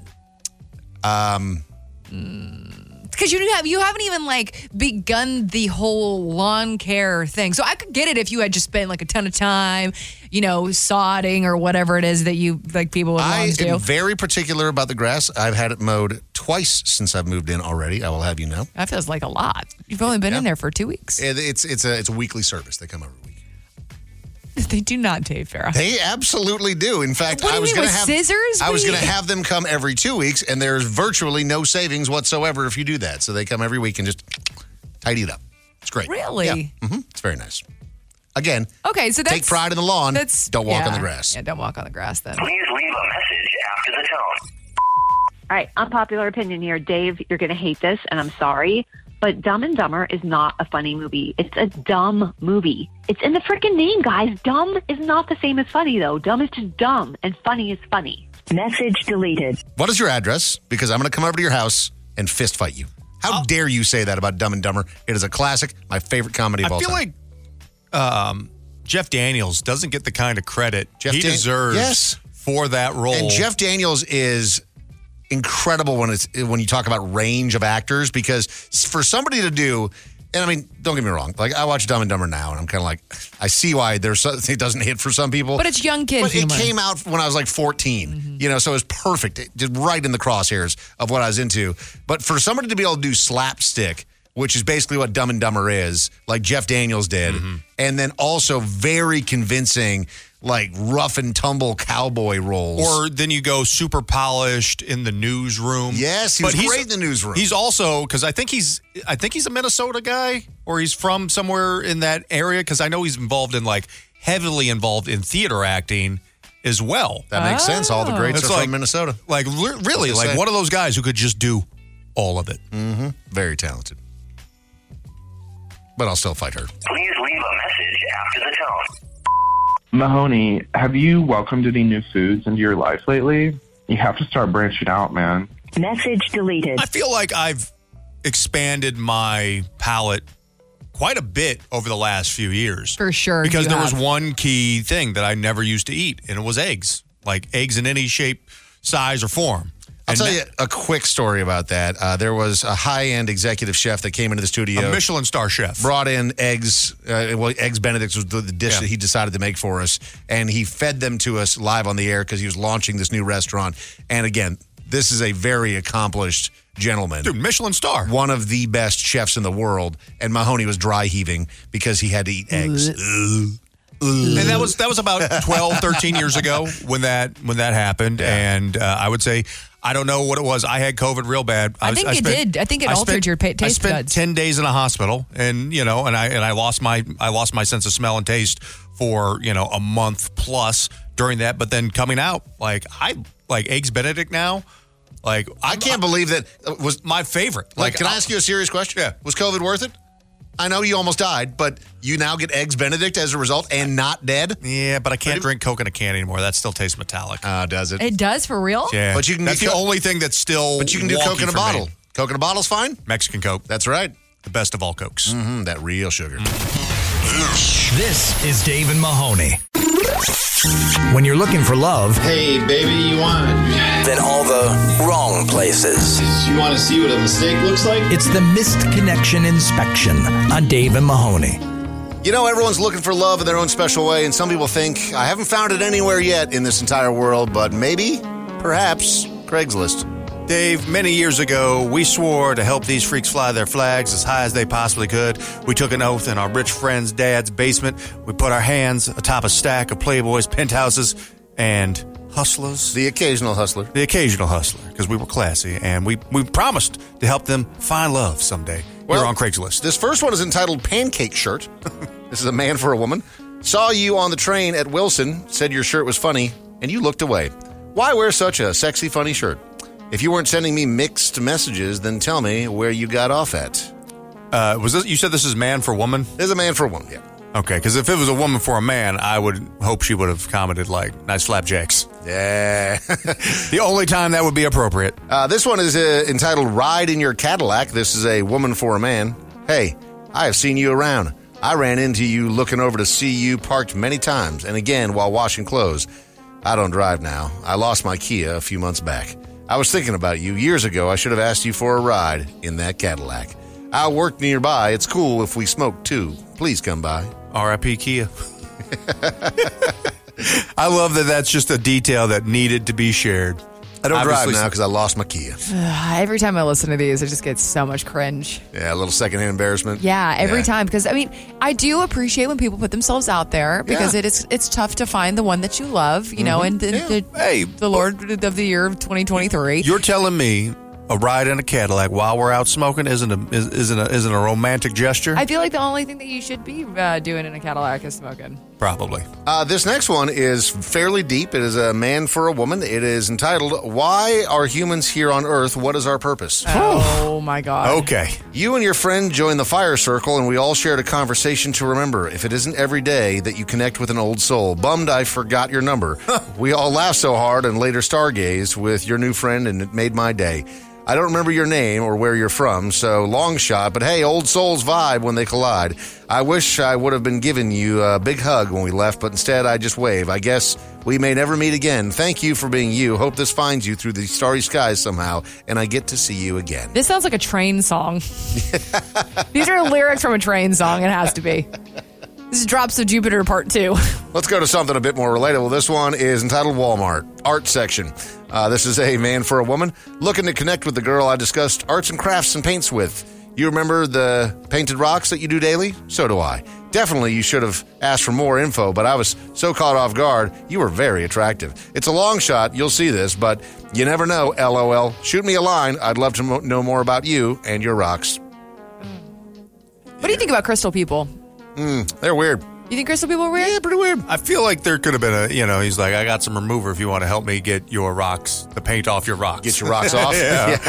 Speaker 15: Um,
Speaker 5: Because Mm, you didn't have you haven't even like begun the whole lawn care thing. So I could get it if you had just spent like a ton of time, you know, sodding or whatever it is that you like people with
Speaker 15: I
Speaker 5: lawns do.
Speaker 15: am very particular about the grass. I've had it mowed twice since I've moved in already. I will have you know.
Speaker 5: that feels like a lot. You've only been in there for two weeks.
Speaker 15: It- It's it's a it's a weekly service. They come every week.
Speaker 5: They do not, Dave Farah.
Speaker 15: They absolutely do. In fact,
Speaker 5: What
Speaker 15: I
Speaker 5: do you
Speaker 15: was
Speaker 5: mean
Speaker 15: going to
Speaker 5: with
Speaker 15: have
Speaker 5: scissors?
Speaker 15: I was
Speaker 5: What do
Speaker 15: going
Speaker 5: you-
Speaker 15: to have them come every two weeks, and there's virtually no savings whatsoever if you do that. So they come every week and just tidy it up. It's great.
Speaker 5: Really?
Speaker 15: hmm It's very nice. Again,
Speaker 5: Okay, so that's
Speaker 15: take pride in the lawn.
Speaker 5: That's
Speaker 15: don't walk on the
Speaker 5: yeah.
Speaker 15: grass.
Speaker 5: Yeah, don't walk on the grass then.
Speaker 26: Please leave a message after the tone.
Speaker 10: All right, unpopular opinion here. Dave, you're going to hate this, and I'm sorry, But Dumb and Dumber is not a funny movie. It's a dumb movie. It's in the freaking name, guys. Dumb is not the same as funny, though. Dumb is just dumb, and funny is funny. Message deleted.
Speaker 15: What is your address? Because I'm going to come over to your house and fist fight you. How dare you say that about Dumb and Dumber? It is a classic, my favorite comedy of
Speaker 4: I
Speaker 15: all
Speaker 4: feel
Speaker 15: time.
Speaker 4: like um, Jeff Daniels doesn't get the kind of credit
Speaker 15: Jeff
Speaker 4: he
Speaker 15: Dan-
Speaker 4: deserves
Speaker 15: Yes.
Speaker 4: for that role.
Speaker 15: And Jeff Daniels is incredible when it's when you talk about range of actors because for somebody to do and I mean, don't get me wrong. Like I watch Dumb and Dumber now, and I'm kind of like, I see why there's so, it doesn't hit for some people.
Speaker 5: But it's young kid
Speaker 15: But
Speaker 5: humor.
Speaker 15: it came out when I was like 14,
Speaker 4: Mm-hmm.
Speaker 15: you know, so it was perfect. It did right in the crosshairs of what I was into. But for somebody to be able to do slapstick, which is basically what Dumb and Dumber is, like Jeff Daniels did,
Speaker 4: Mm-hmm.
Speaker 15: and then also very convincing, like rough and tumble cowboy roles,
Speaker 4: Or then you go super polished in the newsroom.
Speaker 15: Yes, he was
Speaker 4: he's-
Speaker 15: great in the newsroom.
Speaker 4: He's also because I think he's I think he's a Minnesota guy or he's from somewhere in that area because I know he's involved in like heavily involved in theater acting as well.
Speaker 15: That makes sense. All the greats
Speaker 4: It's
Speaker 15: are
Speaker 4: Oh. like-
Speaker 15: from Minnesota.
Speaker 4: Like re- really,
Speaker 15: Just
Speaker 4: like
Speaker 15: saying.
Speaker 4: one of those guys who could just do all of it.
Speaker 15: Mm-hmm. Very talented. But I'll still fight her.
Speaker 26: Please leave a message after the tone.
Speaker 29: Mahoney, have you welcomed any new foods into your life lately? You have to start branching out, man.
Speaker 10: Message deleted.
Speaker 4: I feel like I've expanded my palate quite a bit over the last few years.
Speaker 5: For sure.
Speaker 4: Because
Speaker 5: you
Speaker 4: there
Speaker 5: have.
Speaker 4: was one key thing that I never used to eat, and it was eggs. Like eggs in any shape, size, or form.
Speaker 15: I'll
Speaker 4: And
Speaker 15: tell
Speaker 4: that-
Speaker 15: you a quick story about that. Uh, there was a high-end executive chef that came into the studio,
Speaker 4: A Michelin star chef.
Speaker 15: brought in eggs. Uh, well, eggs Benedict was the, the dish
Speaker 4: Yeah.
Speaker 15: that he decided to make for us, and he fed them to us live on the air because he was launching this new restaurant. And again, this is a very accomplished gentleman,
Speaker 4: dude, Michelin star,
Speaker 15: one of the best chefs in the world. And Mahoney was dry heaving because he had to eat eggs. Ugh.
Speaker 4: And that was that was about 12, 13 years ago when that when that happened. And uh, I would say I don't know what it was. I had COVID real bad.
Speaker 5: I
Speaker 4: was-
Speaker 5: think it did. I think it altered your pa- taste
Speaker 4: I spent
Speaker 5: buds.
Speaker 4: ten days in a hospital, and you know, and I and I lost my I lost my sense of smell and taste for you know a month plus during that. But then coming out, like I like eggs Benedict now. Like I
Speaker 15: can't believe that was
Speaker 4: my favorite.
Speaker 15: Like, can I ask you a serious question? Yeah. Was COVID worth it? I know you almost died, but you now get eggs Benedict as a result and not dead.
Speaker 4: Yeah, but I can't drink Coke in a can anymore. That still tastes metallic.
Speaker 15: Uh, does
Speaker 5: It does for real?
Speaker 4: Yeah,
Speaker 15: But you can
Speaker 4: That's
Speaker 15: get
Speaker 4: the
Speaker 15: Coke-
Speaker 4: only thing that's still.
Speaker 15: But you can do
Speaker 4: wonky
Speaker 15: Coke in a
Speaker 4: for me.
Speaker 15: bottle. Coke in a bottle's fine.
Speaker 4: Mexican Coke.
Speaker 15: That's right.
Speaker 4: The best of all Cokes.
Speaker 15: hmm that real sugar.
Speaker 2: This is Dave and Mahoney. When you're looking for love,
Speaker 30: Hey, baby, you want it?
Speaker 2: Then all the wrong places.
Speaker 30: You want to see what a mistake looks like?
Speaker 2: it's the missed connection inspection on Dave and Mahoney.
Speaker 15: You know, everyone's looking for love in their own special way, and some people think, I haven't found it anywhere yet in this entire world, but maybe, perhaps, Craigslist.
Speaker 4: Dave, many years ago, we swore to help these freaks fly their flags as high as they possibly could. We took an oath in our rich friend's dad's basement. We put our hands atop a stack of Playboy's penthouses and hustlers.
Speaker 15: The occasional hustler.
Speaker 4: The occasional hustler, because we were classy and we, we promised to help them find love someday. we
Speaker 15: Well-
Speaker 4: were on Craigslist.
Speaker 15: This first one is entitled Pancake Shirt. this is a man for a woman. Saw you on the train at Wilson, said your shirt was funny, and you looked away. Why wear such a sexy, funny shirt? If you weren't sending me mixed messages, then tell me where you got off at.
Speaker 4: Uh, was this, you said this is man for woman?
Speaker 15: This is a man for a woman, yeah.
Speaker 4: Okay, because if it was a woman for a man, I would hope she would have commented like, nice slapjacks.
Speaker 15: Yeah.
Speaker 4: the only time that would be appropriate.
Speaker 15: Uh, this one is uh, entitled Ride in Your Cadillac. This is a woman for a man. Hey, I have seen you around. I ran into you looking over to see you parked many times, and again while washing clothes. I don't drive now. I lost my Kia a few months back. I was thinking about you years ago. I should have asked you for a ride in that Cadillac. I work nearby. It's cool if we smoke too. Please come by.
Speaker 4: RIP Kia. I love that that's just a detail that needed to be shared.
Speaker 15: I don't
Speaker 4: Obviously-
Speaker 15: drive now because I lost my Kia.
Speaker 5: Uh, Every time I listen to these, I just get so much cringe.
Speaker 15: Yeah, a little secondhand embarrassment.
Speaker 5: Yeah, every
Speaker 15: Yeah.
Speaker 5: time because I mean, I do appreciate when people put themselves out there because
Speaker 15: Yeah. Mm-hmm.
Speaker 5: it is it's tough to find the one that you love, you know,
Speaker 4: Mhm.
Speaker 5: and the, the,
Speaker 4: Hey,
Speaker 5: the Lord of the year of 2023.
Speaker 4: You're telling me a ride in a Cadillac while we're out smoking isn't a is, isn't a, isn't a romantic gesture?
Speaker 5: I feel like the only thing that you should be uh, doing in a Cadillac is smoking.
Speaker 4: Probably.
Speaker 15: Uh, this next one is fairly deep. It is a man for a woman. It is entitled "Why Are Humans Here on Earth? What Is Our Purpose?"
Speaker 5: Oh my God.
Speaker 4: Okay.
Speaker 15: You and your friend joined the fire circle, and we all shared a conversation to remember. If it isn't every day that you connect with an old soul, bummed I forgot your number. we all laughed so hard and later stargazed with your new friend, and it made my day. I don't remember your name or where you're from, so long shot, but hey, old souls vibe when they collide. I wish I would have been giving you a big hug when we left, but instead I just wave. I guess we may never meet again. Thank you for being you. Hope this finds you through the starry skies somehow, and I get to see you again.
Speaker 5: This sounds like a train song. These are lyrics from a train song. It has to be. This is Drops of Jupiter Part 2.
Speaker 15: Let's go to something a bit more relatable. This one is entitled Walmart Art Section. Uh, this is a man for a woman looking to connect with the girl I discussed arts and crafts and paints with. You remember the painted rocks that you do daily? So do I. Definitely, you should have asked for more info, but I was so caught off guard. You were very attractive. It's a long shot, you'll see this, but you never know, lol. Shoot me a line. I'd love to mo- know more about you and your rocks.
Speaker 5: What do you think about crystal people?
Speaker 15: Mm, they're weird.
Speaker 5: You think crystal people are weird? Yeah,
Speaker 15: pretty weird.
Speaker 4: I feel like there could have been a, you know, he's like, I got some remover if you want to help me get your rocks, the paint off your rocks.
Speaker 15: Get your rocks off.
Speaker 4: yeah.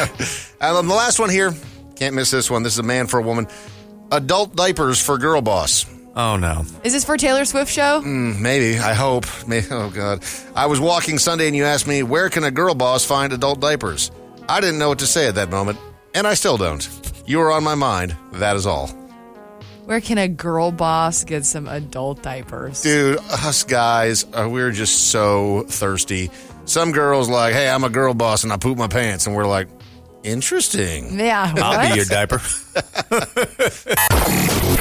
Speaker 15: And um, the last one here, can't miss this one. This is a man for a woman. Adult diapers for girl boss.
Speaker 4: Oh no.
Speaker 5: Is this for Taylor Swift show?
Speaker 15: Mm, maybe. I hope. May oh god. I was walking Sunday and you asked me where can a girl boss find adult diapers. I didn't know what to say at that moment, and I still don't. You are on my mind. That is all.
Speaker 5: Where can a girl boss get some adult diapers?
Speaker 15: Dude, us guys, uh, we're just so thirsty. Some girls like, "Hey, I'm a girl boss and I poop my pants." And we're like, "Interesting."
Speaker 5: Yeah. what?
Speaker 4: diaper.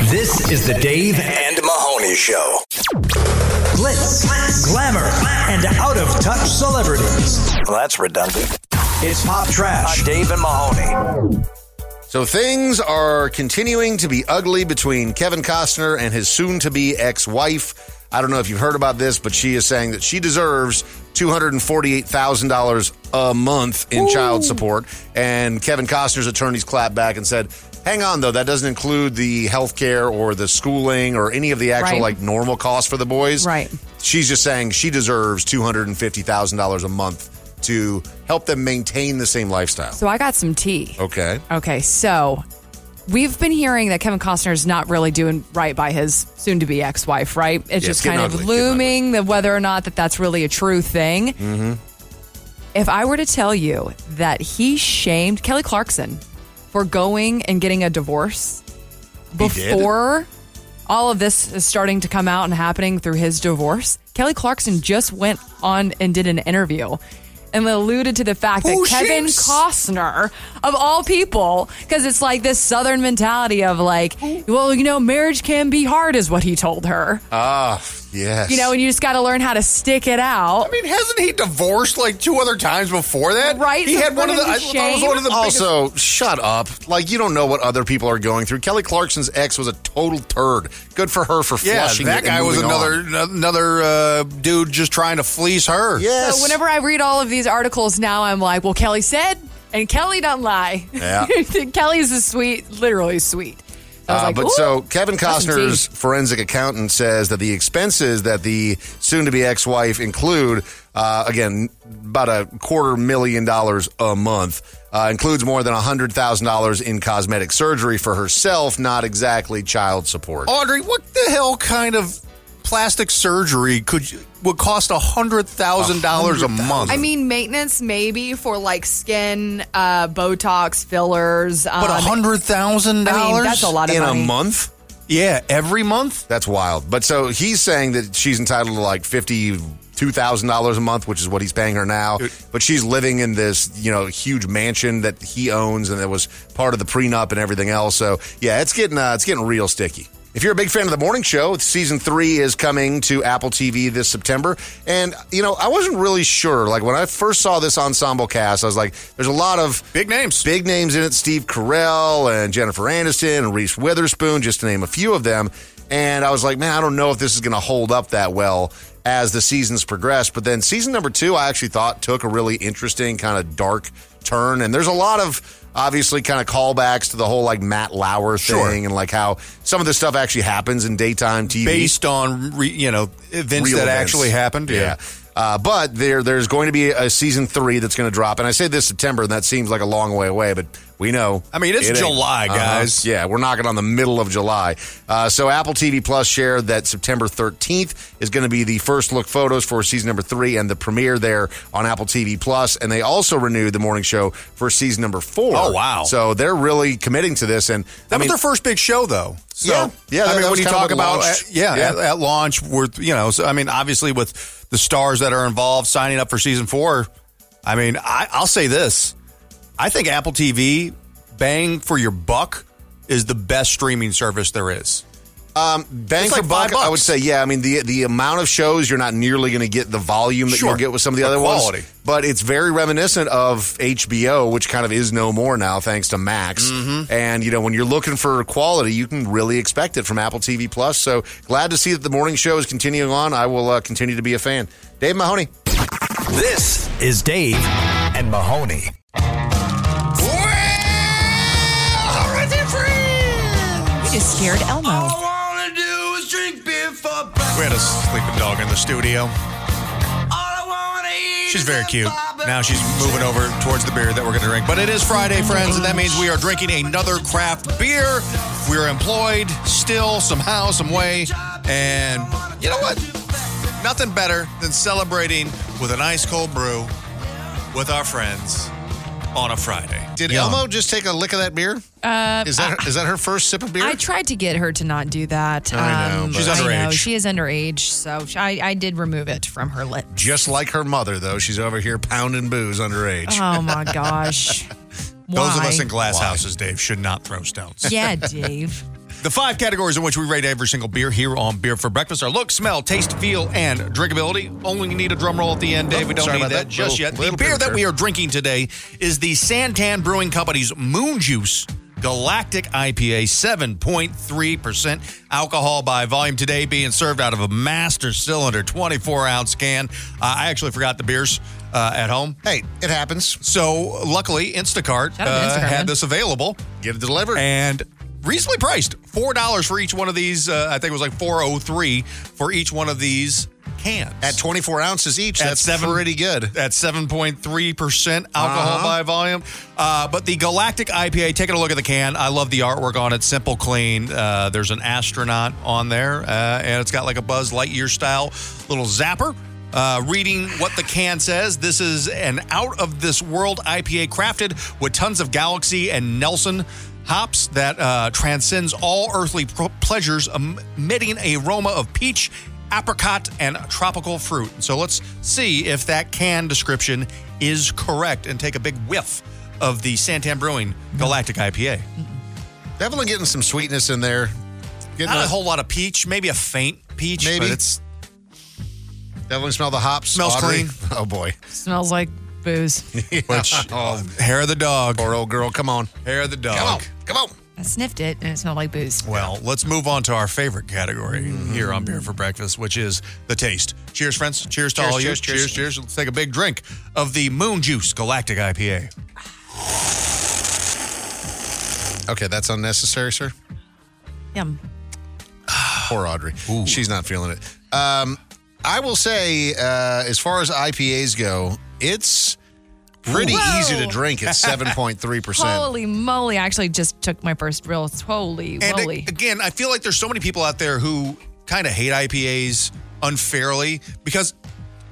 Speaker 20: This is the Dave and Mahoney Show. Glitz, glamour, and out of touch celebrities. Well, that's redundant. It's pop trash. on Dave and Mahoney.
Speaker 15: So things are continuing to be ugly between Kevin Costner and his soon to be ex wife. I don't know if you've heard about this, but she is saying that she deserves $248,000 a month in child support. And Kevin Costner's attorneys clapped back and said, Hang on, though, that doesn't include the health care or the schooling or any of the actual,
Speaker 5: Right.
Speaker 15: like, normal costs for the boys.
Speaker 5: Right.
Speaker 15: She's just saying she deserves $250,000 a month to help them maintain the same lifestyle.
Speaker 5: So I got some tea.
Speaker 15: Okay.
Speaker 5: Okay, so we've been hearing that Kevin Costner's not really doing right by his soon to be ex wife, right? It's
Speaker 15: it's
Speaker 5: just
Speaker 15: getting
Speaker 5: kind of
Speaker 15: ugly, getting
Speaker 5: looming that whether or not that that's really a true thing.
Speaker 15: Mm-hmm.
Speaker 5: If I were to tell you that he shamed Kelly Clarkson for going and getting a divorce
Speaker 15: did?
Speaker 5: before all of this is starting to come out and happening through his divorce, Kelly Clarkson just went on and did an interview and alluded to the fact
Speaker 24: Who
Speaker 5: that Kevin
Speaker 24: shames-
Speaker 5: Costner, of all people, because it's like this Southern mentality of like, well, you know, marriage can be hard, is what he told her.
Speaker 15: Ah, yes.
Speaker 5: You know, and you just got to learn how to stick it out.
Speaker 4: I mean, hasn't he divorced like two other times before that?
Speaker 5: Right,
Speaker 4: He
Speaker 5: so
Speaker 4: had
Speaker 5: for
Speaker 4: one of the.
Speaker 5: him to
Speaker 4: I thought it was
Speaker 5: shame?
Speaker 4: one of the biggest-
Speaker 15: also, shut up. Like, you don't know what other people are going through. Kelly Clarkson's ex was a total turd. Good for her for
Speaker 4: Yeah,
Speaker 15: flushing
Speaker 4: that
Speaker 15: it and
Speaker 4: guy was
Speaker 15: moving on.
Speaker 4: another another uh, dude just trying to fleece her.
Speaker 15: Yes.
Speaker 5: So whenever I read all of these articles now, I'm like, well, Kelly said, and Kelly don't lie.
Speaker 15: Yeah.
Speaker 5: Kelly's a sweet, literally sweet. So I was
Speaker 15: Uh,
Speaker 5: like,
Speaker 15: but
Speaker 5: "Ooh,
Speaker 15: so Kevin
Speaker 5: that's some
Speaker 15: Costner's
Speaker 5: tea."
Speaker 15: forensic accountant says that the expenses that the soon-to-be ex-wife include, uh, again, about a quarter million dollars a month, uh, includes more than hundred thousand dollars in cosmetic surgery for herself, not exactly child support.
Speaker 4: Audrey, what the hell kind of plastic surgery could you, would cost a hundred thousand dollars a month?
Speaker 5: I mean, maintenance maybe for like skin, uh, Botox, fillers. Um,
Speaker 4: but a hundred thousand
Speaker 5: I
Speaker 4: dollars
Speaker 5: mean, that's a lot of
Speaker 15: in
Speaker 5: money.
Speaker 15: a month.
Speaker 4: Yeah, every month.
Speaker 15: That's wild. But so he's saying that she's entitled to like fifty two thousand dollars a month, which is what he's paying her now. But she's living in this, you know, huge mansion that he owns and that was part of the prenup and everything else. So yeah, it's getting uh, it's getting real sticky. If you're a big fan of the morning show, season three is coming to Apple TV this September. And, you know, I wasn't really sure. Like, when I first saw this ensemble cast, I was like, there's a lot of
Speaker 4: big names.
Speaker 15: Big names in it Steve Carell and Jennifer Aniston and Reese Witherspoon, just to name a few of them. And I was like, man, I don't know if this is going to hold up that well as the seasons progress. But then season number two, I actually thought took a really interesting, kind of dark turn. And there's a lot of obviously kind of callbacks to the whole like Matt Lauer thing
Speaker 4: Sure.
Speaker 15: and like how some of this stuff actually happens in daytime TV
Speaker 4: Based on re, you know events
Speaker 15: Real
Speaker 4: that
Speaker 15: events.
Speaker 4: actually happened.
Speaker 15: Yeah. Uh, but there, there's going to be a season three that's going to drop, and I say this September, and that seems like a long way away, but we know.
Speaker 4: I mean, it's
Speaker 15: ain't.
Speaker 4: July,
Speaker 15: Uh-huh.
Speaker 4: guys.
Speaker 15: Yeah, we're knocking on the middle of July. Uh, so Apple TV Plus shared that September 13th is going to be the first look photos for season number three and the premiere there on Apple TV Plus, and they also renewed the morning show for season number four.
Speaker 4: Oh, wow.
Speaker 15: So they're really committing to this, and
Speaker 4: That
Speaker 15: I
Speaker 4: was
Speaker 15: mean,
Speaker 4: their first big show, though. So,
Speaker 15: Yeah. Yeah, that- that
Speaker 4: I mean,
Speaker 15: was
Speaker 4: when you
Speaker 15: kinda
Speaker 4: talk
Speaker 15: what
Speaker 4: about
Speaker 15: launched.
Speaker 4: at- yeah,
Speaker 15: Yeah.
Speaker 4: At, at launch, with you know, so, I mean, obviously with the stars that are involved signing up for season four, I mean, I, I'll say this: I think Apple TV bang for your buck is the best streaming service there is.
Speaker 15: Um, bang
Speaker 4: It's
Speaker 15: for
Speaker 4: like five
Speaker 15: buck, I would
Speaker 4: bucks.
Speaker 15: say, yeah. I mean, the the amount of shows you're not nearly going to get the volume that
Speaker 4: Sure.
Speaker 15: you'll get with some of the,
Speaker 4: The
Speaker 15: other
Speaker 4: quality.
Speaker 15: ones, but it's very reminiscent of HBO, which kind of is no more now thanks to Max.
Speaker 4: Mm-hmm.
Speaker 15: And you know, when you're looking for quality, you can really expect it from Apple TV Plus. So glad to see that the morning show is continuing on. I will uh, continue to be a fan. Dave Mahoney.
Speaker 20: This is Dave and Mahoney.
Speaker 5: You just scared Elmo.
Speaker 4: We had a sleeping dog in the studio. She's very cute. Now she's moving over towards the beer that we're going to drink. But it is Friday, friends, and that means we are drinking another craft beer. We are employed still, somehow, some way. And you know what? Nothing better than celebrating with an ice cold brew with our friends on a Friday.
Speaker 15: Did
Speaker 4: Yum.
Speaker 15: Elmo just take a lick of that beer?
Speaker 5: Uh,
Speaker 15: Is that is that her first sip of beer?
Speaker 5: I tried to get her to not do that. um,
Speaker 15: I know, but- She's
Speaker 5: I
Speaker 15: underage.
Speaker 5: know, she is underage, so sh- I, I did remove it from her lip.
Speaker 15: Just like her mother, though, she's over here pounding booze underage.
Speaker 5: Oh my gosh.
Speaker 4: Those of
Speaker 5: Why?
Speaker 4: us in glass houses, Dave, should not throw stones.
Speaker 5: Yeah, Dave.
Speaker 4: The five categories in which we rate every single beer here on Beer for Breakfast are look, smell, taste, feel, and drinkability. Only need a drum roll at the end, Dave. We don't
Speaker 15: sorry
Speaker 4: need that,
Speaker 15: about that.
Speaker 4: just
Speaker 15: Little-
Speaker 4: yet. The
Speaker 15: little
Speaker 4: beer that
Speaker 15: premature.
Speaker 4: we are drinking today is the Santan Brewing Company's Moon Juice Galactic IPA, 7.3% alcohol by volume today, being served out of a master cylinder 24 ounce can. Uh, I actually forgot the beers uh, at home.
Speaker 15: Hey, it happens.
Speaker 4: So luckily, Instacart,
Speaker 5: Shout out to
Speaker 4: uh,
Speaker 5: Instacart,
Speaker 4: had
Speaker 5: man.
Speaker 4: this available.
Speaker 15: Get it delivered.
Speaker 4: And reasonably priced. Four dollars for each one of these. Uh, I think it was like four oh three for each one of these cans.
Speaker 15: At 24 ounces each,
Speaker 4: At
Speaker 15: that's
Speaker 4: seven-
Speaker 15: pretty good.
Speaker 4: At 7.3% alcohol
Speaker 15: Uh-huh.
Speaker 4: by volume. Uh, but the Galactic IPA, taking a look at the can. I love the artwork on it. Simple, clean. Uh, there's an astronaut on there, uh, and it's got like a Buzz Lightyear style little zapper. Uh, reading what the can says, this is an out of this world IPA crafted with tons of galaxy and Nelson hops that uh, transcends all earthly pro- pleasures, um, emitting a aroma of peach, apricot, and tropical fruit. So let's see if that can description is correct and take a big whiff of the Santan Brewing Galactic IPA.
Speaker 15: Definitely getting some sweetness in there. Getting
Speaker 4: Not a whole lot of peach, maybe a faint peach,
Speaker 15: Maybe.
Speaker 4: but it's
Speaker 15: Definitely smell the hops.
Speaker 4: Smells
Speaker 15: Audrey.
Speaker 4: clean.
Speaker 15: Oh boy.
Speaker 5: Smells like booze.
Speaker 4: which
Speaker 15: oh,
Speaker 4: hair of the dog.
Speaker 15: poor old girl. Come on.
Speaker 4: Hair of the dog.
Speaker 15: Come on. Come on.
Speaker 5: I sniffed it and it smelled like booze.
Speaker 4: Well, let's move on to our favorite category
Speaker 15: Mm-hmm.
Speaker 4: here on Beer for Breakfast, which is the taste. Cheers, friends. Cheers to
Speaker 15: Cheers,
Speaker 4: all
Speaker 15: cheers,
Speaker 4: you.
Speaker 15: cheers.
Speaker 4: cheers, cheers. Let's take a big drink of the Moon Juice Galactic IPA.
Speaker 15: Okay, that's unnecessary, sir.
Speaker 5: Yum.
Speaker 15: Poor Audrey. She's not feeling it. Um, I will say, uh, as far as IPAs go, it's pretty
Speaker 5: Whoa.
Speaker 15: easy to drink at 7.3%.
Speaker 5: Holy moly. I actually just took my first real. Holy
Speaker 4: And a-
Speaker 5: moly.
Speaker 4: again, I feel like there's so many people out there who kind of hate IPAs unfairly because,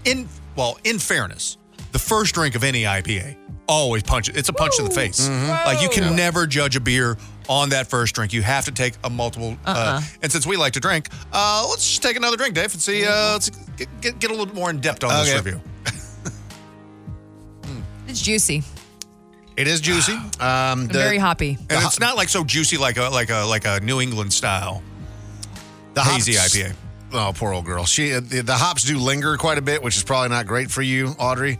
Speaker 4: in well, in fairness, the first drink of any IPA always punches. It's a punch to the face. Like you can never judge a beer on that first drink. You have to take a multiple. uh
Speaker 5: Uh-uh.
Speaker 4: and since we like to drink, uh, let's just take another drink, Dave, and see. Uh, let's get, get, get a little more in depth on this
Speaker 15: Okay.
Speaker 4: review.
Speaker 5: It's juicy
Speaker 15: It is juicy. Um,
Speaker 5: and
Speaker 15: the-
Speaker 5: very hoppy.
Speaker 4: And it's not like so juicy like a like a like a New England style
Speaker 15: The
Speaker 4: hazy
Speaker 15: hops-
Speaker 4: IPA.
Speaker 15: Oh, poor old girl. She uh, the, the hops do linger quite a bit, which is probably not great for you, Audrey.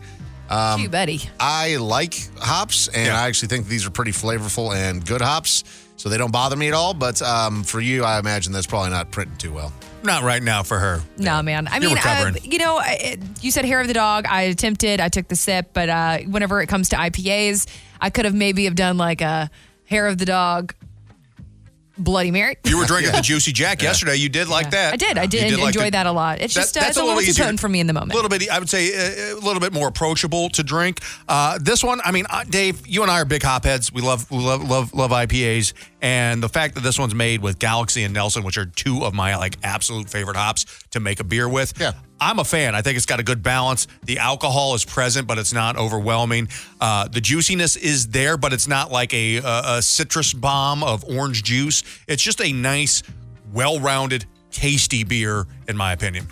Speaker 15: Um,
Speaker 5: Cute buddy.
Speaker 15: I like hops, and I actually think these are pretty flavorful and good hops, so they don't bother me at all. But um, for you, I imagine that's probably not printing too well.
Speaker 4: Not right now for her.
Speaker 5: Nah, man. I
Speaker 4: You're
Speaker 5: mean, uh,
Speaker 4: recovering.
Speaker 5: you know, I- it, you said hair of the dog. I attempted. I took the sip, but uh, whenever it comes to IPAs, I could have maybe have done like a hair of the dog, Bloody Mary.
Speaker 4: You were drinking the Juicy Jack yesterday. You did like that.
Speaker 5: I did. I did,
Speaker 4: You like
Speaker 5: enjoy
Speaker 4: the-
Speaker 5: that a lot. It's
Speaker 4: That-
Speaker 5: just uh,
Speaker 4: that's
Speaker 5: it's
Speaker 4: a
Speaker 5: a
Speaker 4: little
Speaker 5: little too
Speaker 4: easier.
Speaker 5: potent for me in the
Speaker 4: A
Speaker 5: moment.
Speaker 4: little bit, I would say, uh, a little bit more approachable to drink. Uh, this one, I mean, uh, Dave, you and I are big hopheads. We love, we love, love, love IPAs, and the fact that this one's made with Galaxy and Nelson, which are two of my like absolute favorite hops to make a beer with. Yeah, I'm a fan. I think it's got a good balance. The alcohol is present, but it's not overwhelming. Uh, the juiciness is there, but it's not like a, a, a citrus bomb of orange juice. It's just a nice, well-rounded, tasty beer, in my opinion.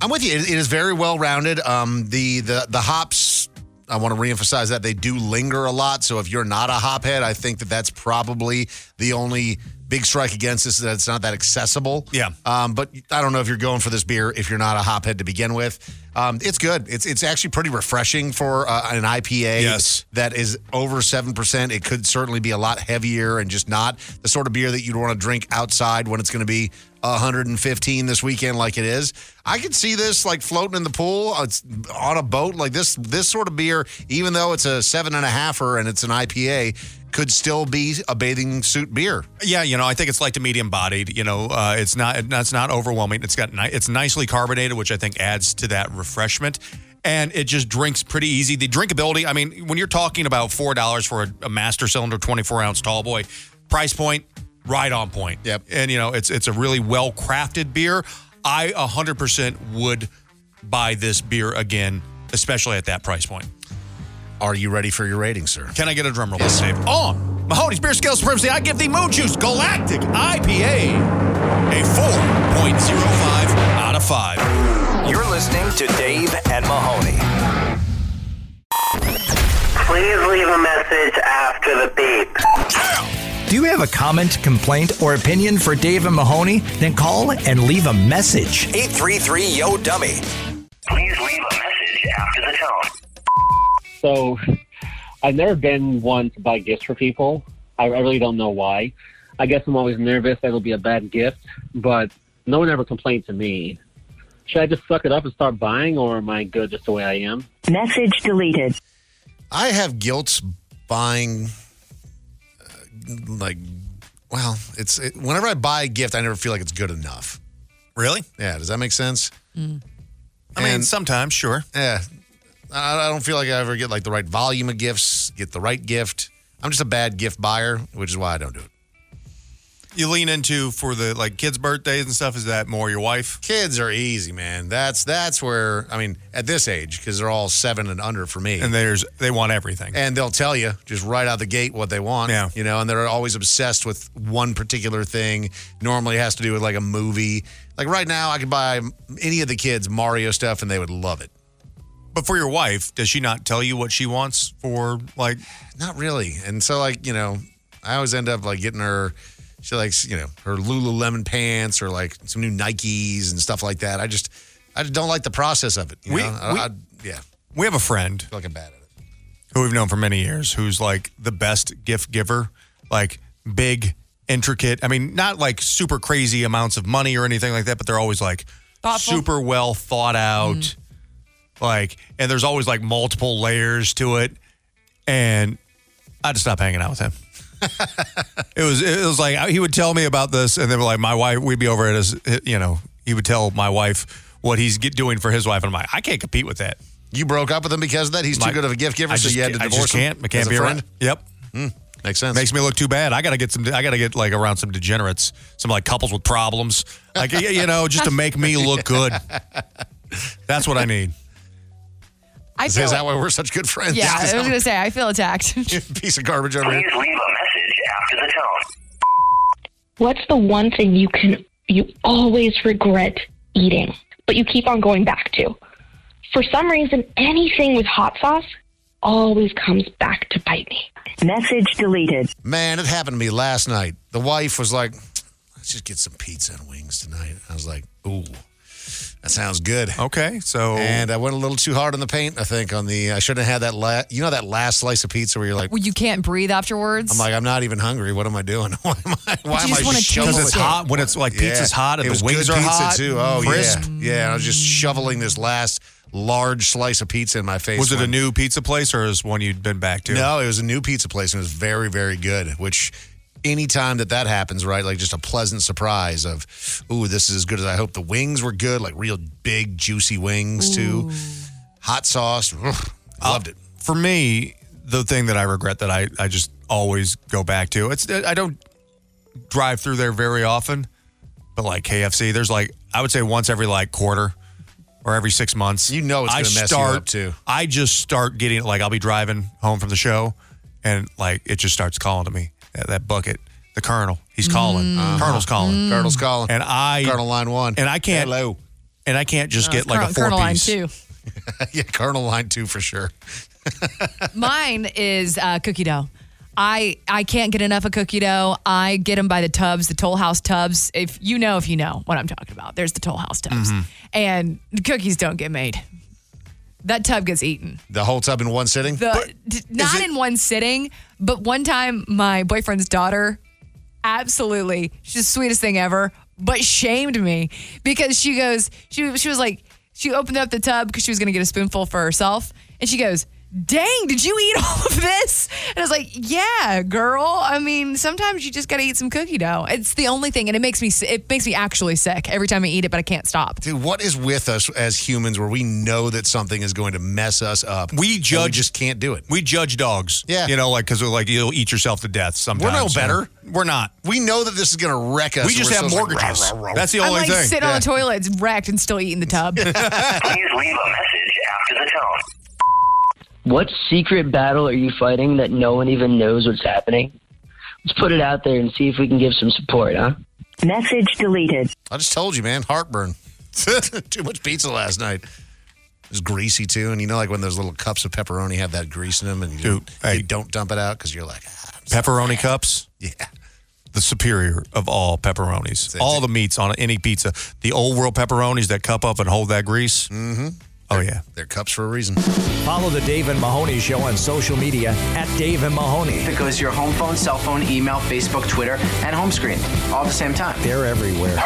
Speaker 15: I'm with you. It, it is very well rounded. Um, the the the hops. I want to reemphasize that they do linger a lot. So if you're not a hop head, I think that that's probably the only big strike against this is that it's not that accessible. Yeah. Um, but I don't know if you're going for this beer if you're not a hop head to begin with. Um, it's good. It's it's actually pretty refreshing for uh, an IPA yes. that is over seven percent. It could certainly be a lot heavier and just not the sort of beer that you'd want to drink outside when it's going to be 115 this weekend like it is. I could see this like floating in the pool uh, it's on a boat like this. This sort of beer, even though it's a seven and a halfer and it's an IPA, could still be a bathing suit beer.
Speaker 4: Yeah, you know, I think it's like the medium bodied. You know, uh, it's not it's not overwhelming. It's got ni- it's nicely carbonated, which I think adds to that refreshment. And it just drinks pretty easy. The drinkability, I mean, when you're talking about four dollars for a, a master cylinder, twenty four ounce tall boy, price point right on point. Yep. And you know, it's it's a really well crafted beer. I hundred percent would buy this beer again, especially at that price point.
Speaker 15: Are you ready for your rating, sir?
Speaker 4: Can I get a drum roll, please, Dave? On Mahoney's Beer Scale Supremacy, I give the Moon Juice Galactic IPA a 4.05 out of 5.
Speaker 20: You're listening to Dave and Mahoney.
Speaker 26: Please leave a message after the beep.
Speaker 20: Do you have a comment, complaint, or opinion for Dave and Mahoney? Then call and leave a message. 833 Yo Dummy.
Speaker 26: Please leave a message after the tone.
Speaker 1: So I've never been one to buy gifts for people. I I really don't know why. I guess I'm always nervous that it'll be a bad gift, but no one ever complained to me. Should I just suck it up and start buying, or am I good just the way I am?
Speaker 28: Message deleted.
Speaker 15: I have guilt buying, uh, like, well, it's it, whenever I buy a gift, I never feel like it's good enough.
Speaker 4: Really?
Speaker 15: Yeah. Does that make sense?
Speaker 4: I mean, sometimes, sure.
Speaker 15: Yeah. I I don't feel like I ever get like the right volume of gifts, get the right gift. I'm just a bad gift buyer, which is why I don't do it.
Speaker 4: You lean into for the like kids' birthdays and stuff. Is that more your wife?
Speaker 15: Kids are easy, man. That's that's where I mean, at this age, because they're all seven and under for me.
Speaker 4: And there's they want everything.
Speaker 15: And they'll tell you just right out the gate what they want. Yeah. You know, and they're always obsessed with one particular thing. Normally it has to do with like a movie. Like right now, I could buy any of the kids Mario stuff and they would love it.
Speaker 4: But for your wife, does she not tell you what she wants for like?
Speaker 15: Not really. And so like, you know, I always end up like getting her she likes, you know, her Lululemon pants or like some new Nikes and stuff like that. I just I just don't like the process of it. You
Speaker 4: We-
Speaker 15: know? I-
Speaker 4: we-
Speaker 15: I- yeah.
Speaker 4: We have a friend
Speaker 15: Like a bad at it.
Speaker 4: who we've known for many years who's like the best gift giver, like big, intricate. I mean, not like super crazy amounts of money or anything like that, but they're always like
Speaker 5: Thoughtful.
Speaker 4: super well thought out. Like, and there's always like multiple layers to it. And I just stopped hanging out with him. it was it was like he would tell me about this, and then like my wife, we'd be over at his, you know, he would tell my wife what he's get, doing for his wife, and I'm like, I can't compete with that.
Speaker 15: You broke up with him because of that? He's too
Speaker 4: Like,
Speaker 15: good of a gift giver,
Speaker 4: I
Speaker 15: so
Speaker 4: just
Speaker 15: you had to
Speaker 4: ca-
Speaker 15: divorce
Speaker 4: I just
Speaker 15: him
Speaker 4: can't. I can't
Speaker 15: as a
Speaker 4: be
Speaker 15: friend?
Speaker 4: around. Yep.
Speaker 15: Makes sense.
Speaker 4: Makes me look too bad. I gotta get some. I gotta get like around some degenerates, some like couples with problems, like y- you know, just to make me look good. That's what I need.
Speaker 5: I
Speaker 4: Is
Speaker 5: feel,
Speaker 4: that
Speaker 15: why we're such good friends?
Speaker 5: Yeah, I was gonna say I feel attacked.
Speaker 15: Piece of garbage over
Speaker 26: Please leave a message after the tone.
Speaker 31: What's the one thing you can you always regret eating, but you keep on going back to? For some reason, anything with hot sauce always comes back to bite me.
Speaker 15: Message deleted. Man, it happened to me last night. The wife was like, let's just get some pizza and wings tonight. I was like, ooh. That sounds good.
Speaker 4: Okay, so
Speaker 15: and I went a little too hard on the paint. I think on the I shouldn't have had that. La- you know that last slice of pizza where you're like,
Speaker 5: Well, you can't breathe afterwards.
Speaker 15: I'm like, I'm not even hungry. What am I doing? Why am I? Why
Speaker 5: you just
Speaker 15: am I
Speaker 5: wanna
Speaker 15: shoveling?
Speaker 5: taste Because it's it. hot.
Speaker 4: When it's like pizza's hot and
Speaker 15: it was
Speaker 4: the wings
Speaker 15: good
Speaker 4: are
Speaker 15: pizza
Speaker 4: hot,
Speaker 15: too. Oh
Speaker 4: crisp.
Speaker 15: yeah, yeah. And I was just shoveling this last large slice of pizza in my face.
Speaker 4: Was it a
Speaker 15: when-
Speaker 4: new pizza place or is one you'd been back to?
Speaker 15: No, it was a new pizza place and it was very, very good. Which anytime that that happens, right? Like just a pleasant surprise of, ooh, this is as good as I hope. The wings were good, like real big, juicy wings too. Hot sauce, ugh, loved it.
Speaker 4: For me, the thing that I regret that I, I just always go back to, it's I don't drive through there very often, but like KFC, there's like I would say once every like quarter or every six months. You know
Speaker 15: it's
Speaker 4: I
Speaker 15: gonna mess you
Speaker 4: start
Speaker 15: up, too.
Speaker 4: I just start getting like I'll be driving home from the show, and like it just starts calling to me that, that bucket. The colonel, he's calling.
Speaker 15: Mm.
Speaker 4: Colonel's calling.
Speaker 15: Mm. Colonel's calling.
Speaker 4: And I
Speaker 15: Colonel line one.
Speaker 4: And I can't.
Speaker 15: Hello.
Speaker 4: And I can't just
Speaker 5: Uh,
Speaker 4: get like
Speaker 5: Colonel-
Speaker 4: a four
Speaker 5: Colonel line
Speaker 4: piece.
Speaker 5: two.
Speaker 15: yeah, Colonel line two for sure.
Speaker 5: Mine is uh, cookie dough. I I can't get enough of cookie dough. I get them by the tubs, the Toll House tubs. If you know, if you know what I'm talking about, there's the Toll House tubs, and the cookies don't get made. That tub gets eaten.
Speaker 15: The whole tub in one sitting.
Speaker 5: The d- not in one sitting, but one time my boyfriend's daughter, absolutely, she's the sweetest thing ever, but shamed me because she goes, she she was like, she opened up the tub because she was gonna get a spoonful for herself, and she goes. Dang, did you eat all of this? And I was like, yeah, girl. I mean, sometimes you just got to eat some cookie dough. It's the only thing and it makes me si- it makes me actually sick every time I eat it, but I can't stop.
Speaker 15: Dude, what is with us as humans where we know that something is going to mess us up?
Speaker 4: We judge.
Speaker 15: just can't do it.
Speaker 4: We judge dogs.
Speaker 15: Yeah.
Speaker 4: You know, like, because like you'll eat yourself to death sometimes.
Speaker 15: We're no
Speaker 4: you know?
Speaker 15: better.
Speaker 4: We're not.
Speaker 15: We know that this is going to wreck us.
Speaker 4: We
Speaker 15: and
Speaker 4: just
Speaker 15: we're
Speaker 4: have
Speaker 15: still like,
Speaker 4: mortgages.
Speaker 15: "Rah, rah, rah."
Speaker 4: That's the only
Speaker 5: I'm like
Speaker 4: thing.
Speaker 5: sitting on the toilet, it's wrecked and still eating the tub.
Speaker 26: Please leave a message after the tone.
Speaker 21: What secret battle are you fighting that no one even knows what's happening? Let's put it out there and see if we can give some support, huh?
Speaker 28: Message deleted.
Speaker 15: I just told you, man, heartburn. Too much pizza last night. It was greasy too, and you know, like when those little cups of pepperoni have that grease in them, and you,
Speaker 4: Dude, hey.
Speaker 15: you don't dump it out because you're like, "Ah,
Speaker 4: Pepperoni cups?
Speaker 15: Yeah.
Speaker 4: The superior of all pepperonis. all the meats on any pizza. The old world pepperonis that cup up and hold that grease. Mm-hmm. Oh, yeah.
Speaker 15: They're cups for a reason.
Speaker 2: Follow the Dave and Mahoney Show on social media at Dave and Mahoney.
Speaker 32: That goes to your home phone, cell phone, email, Facebook, Twitter, and home screen all at the same time.
Speaker 2: They're everywhere.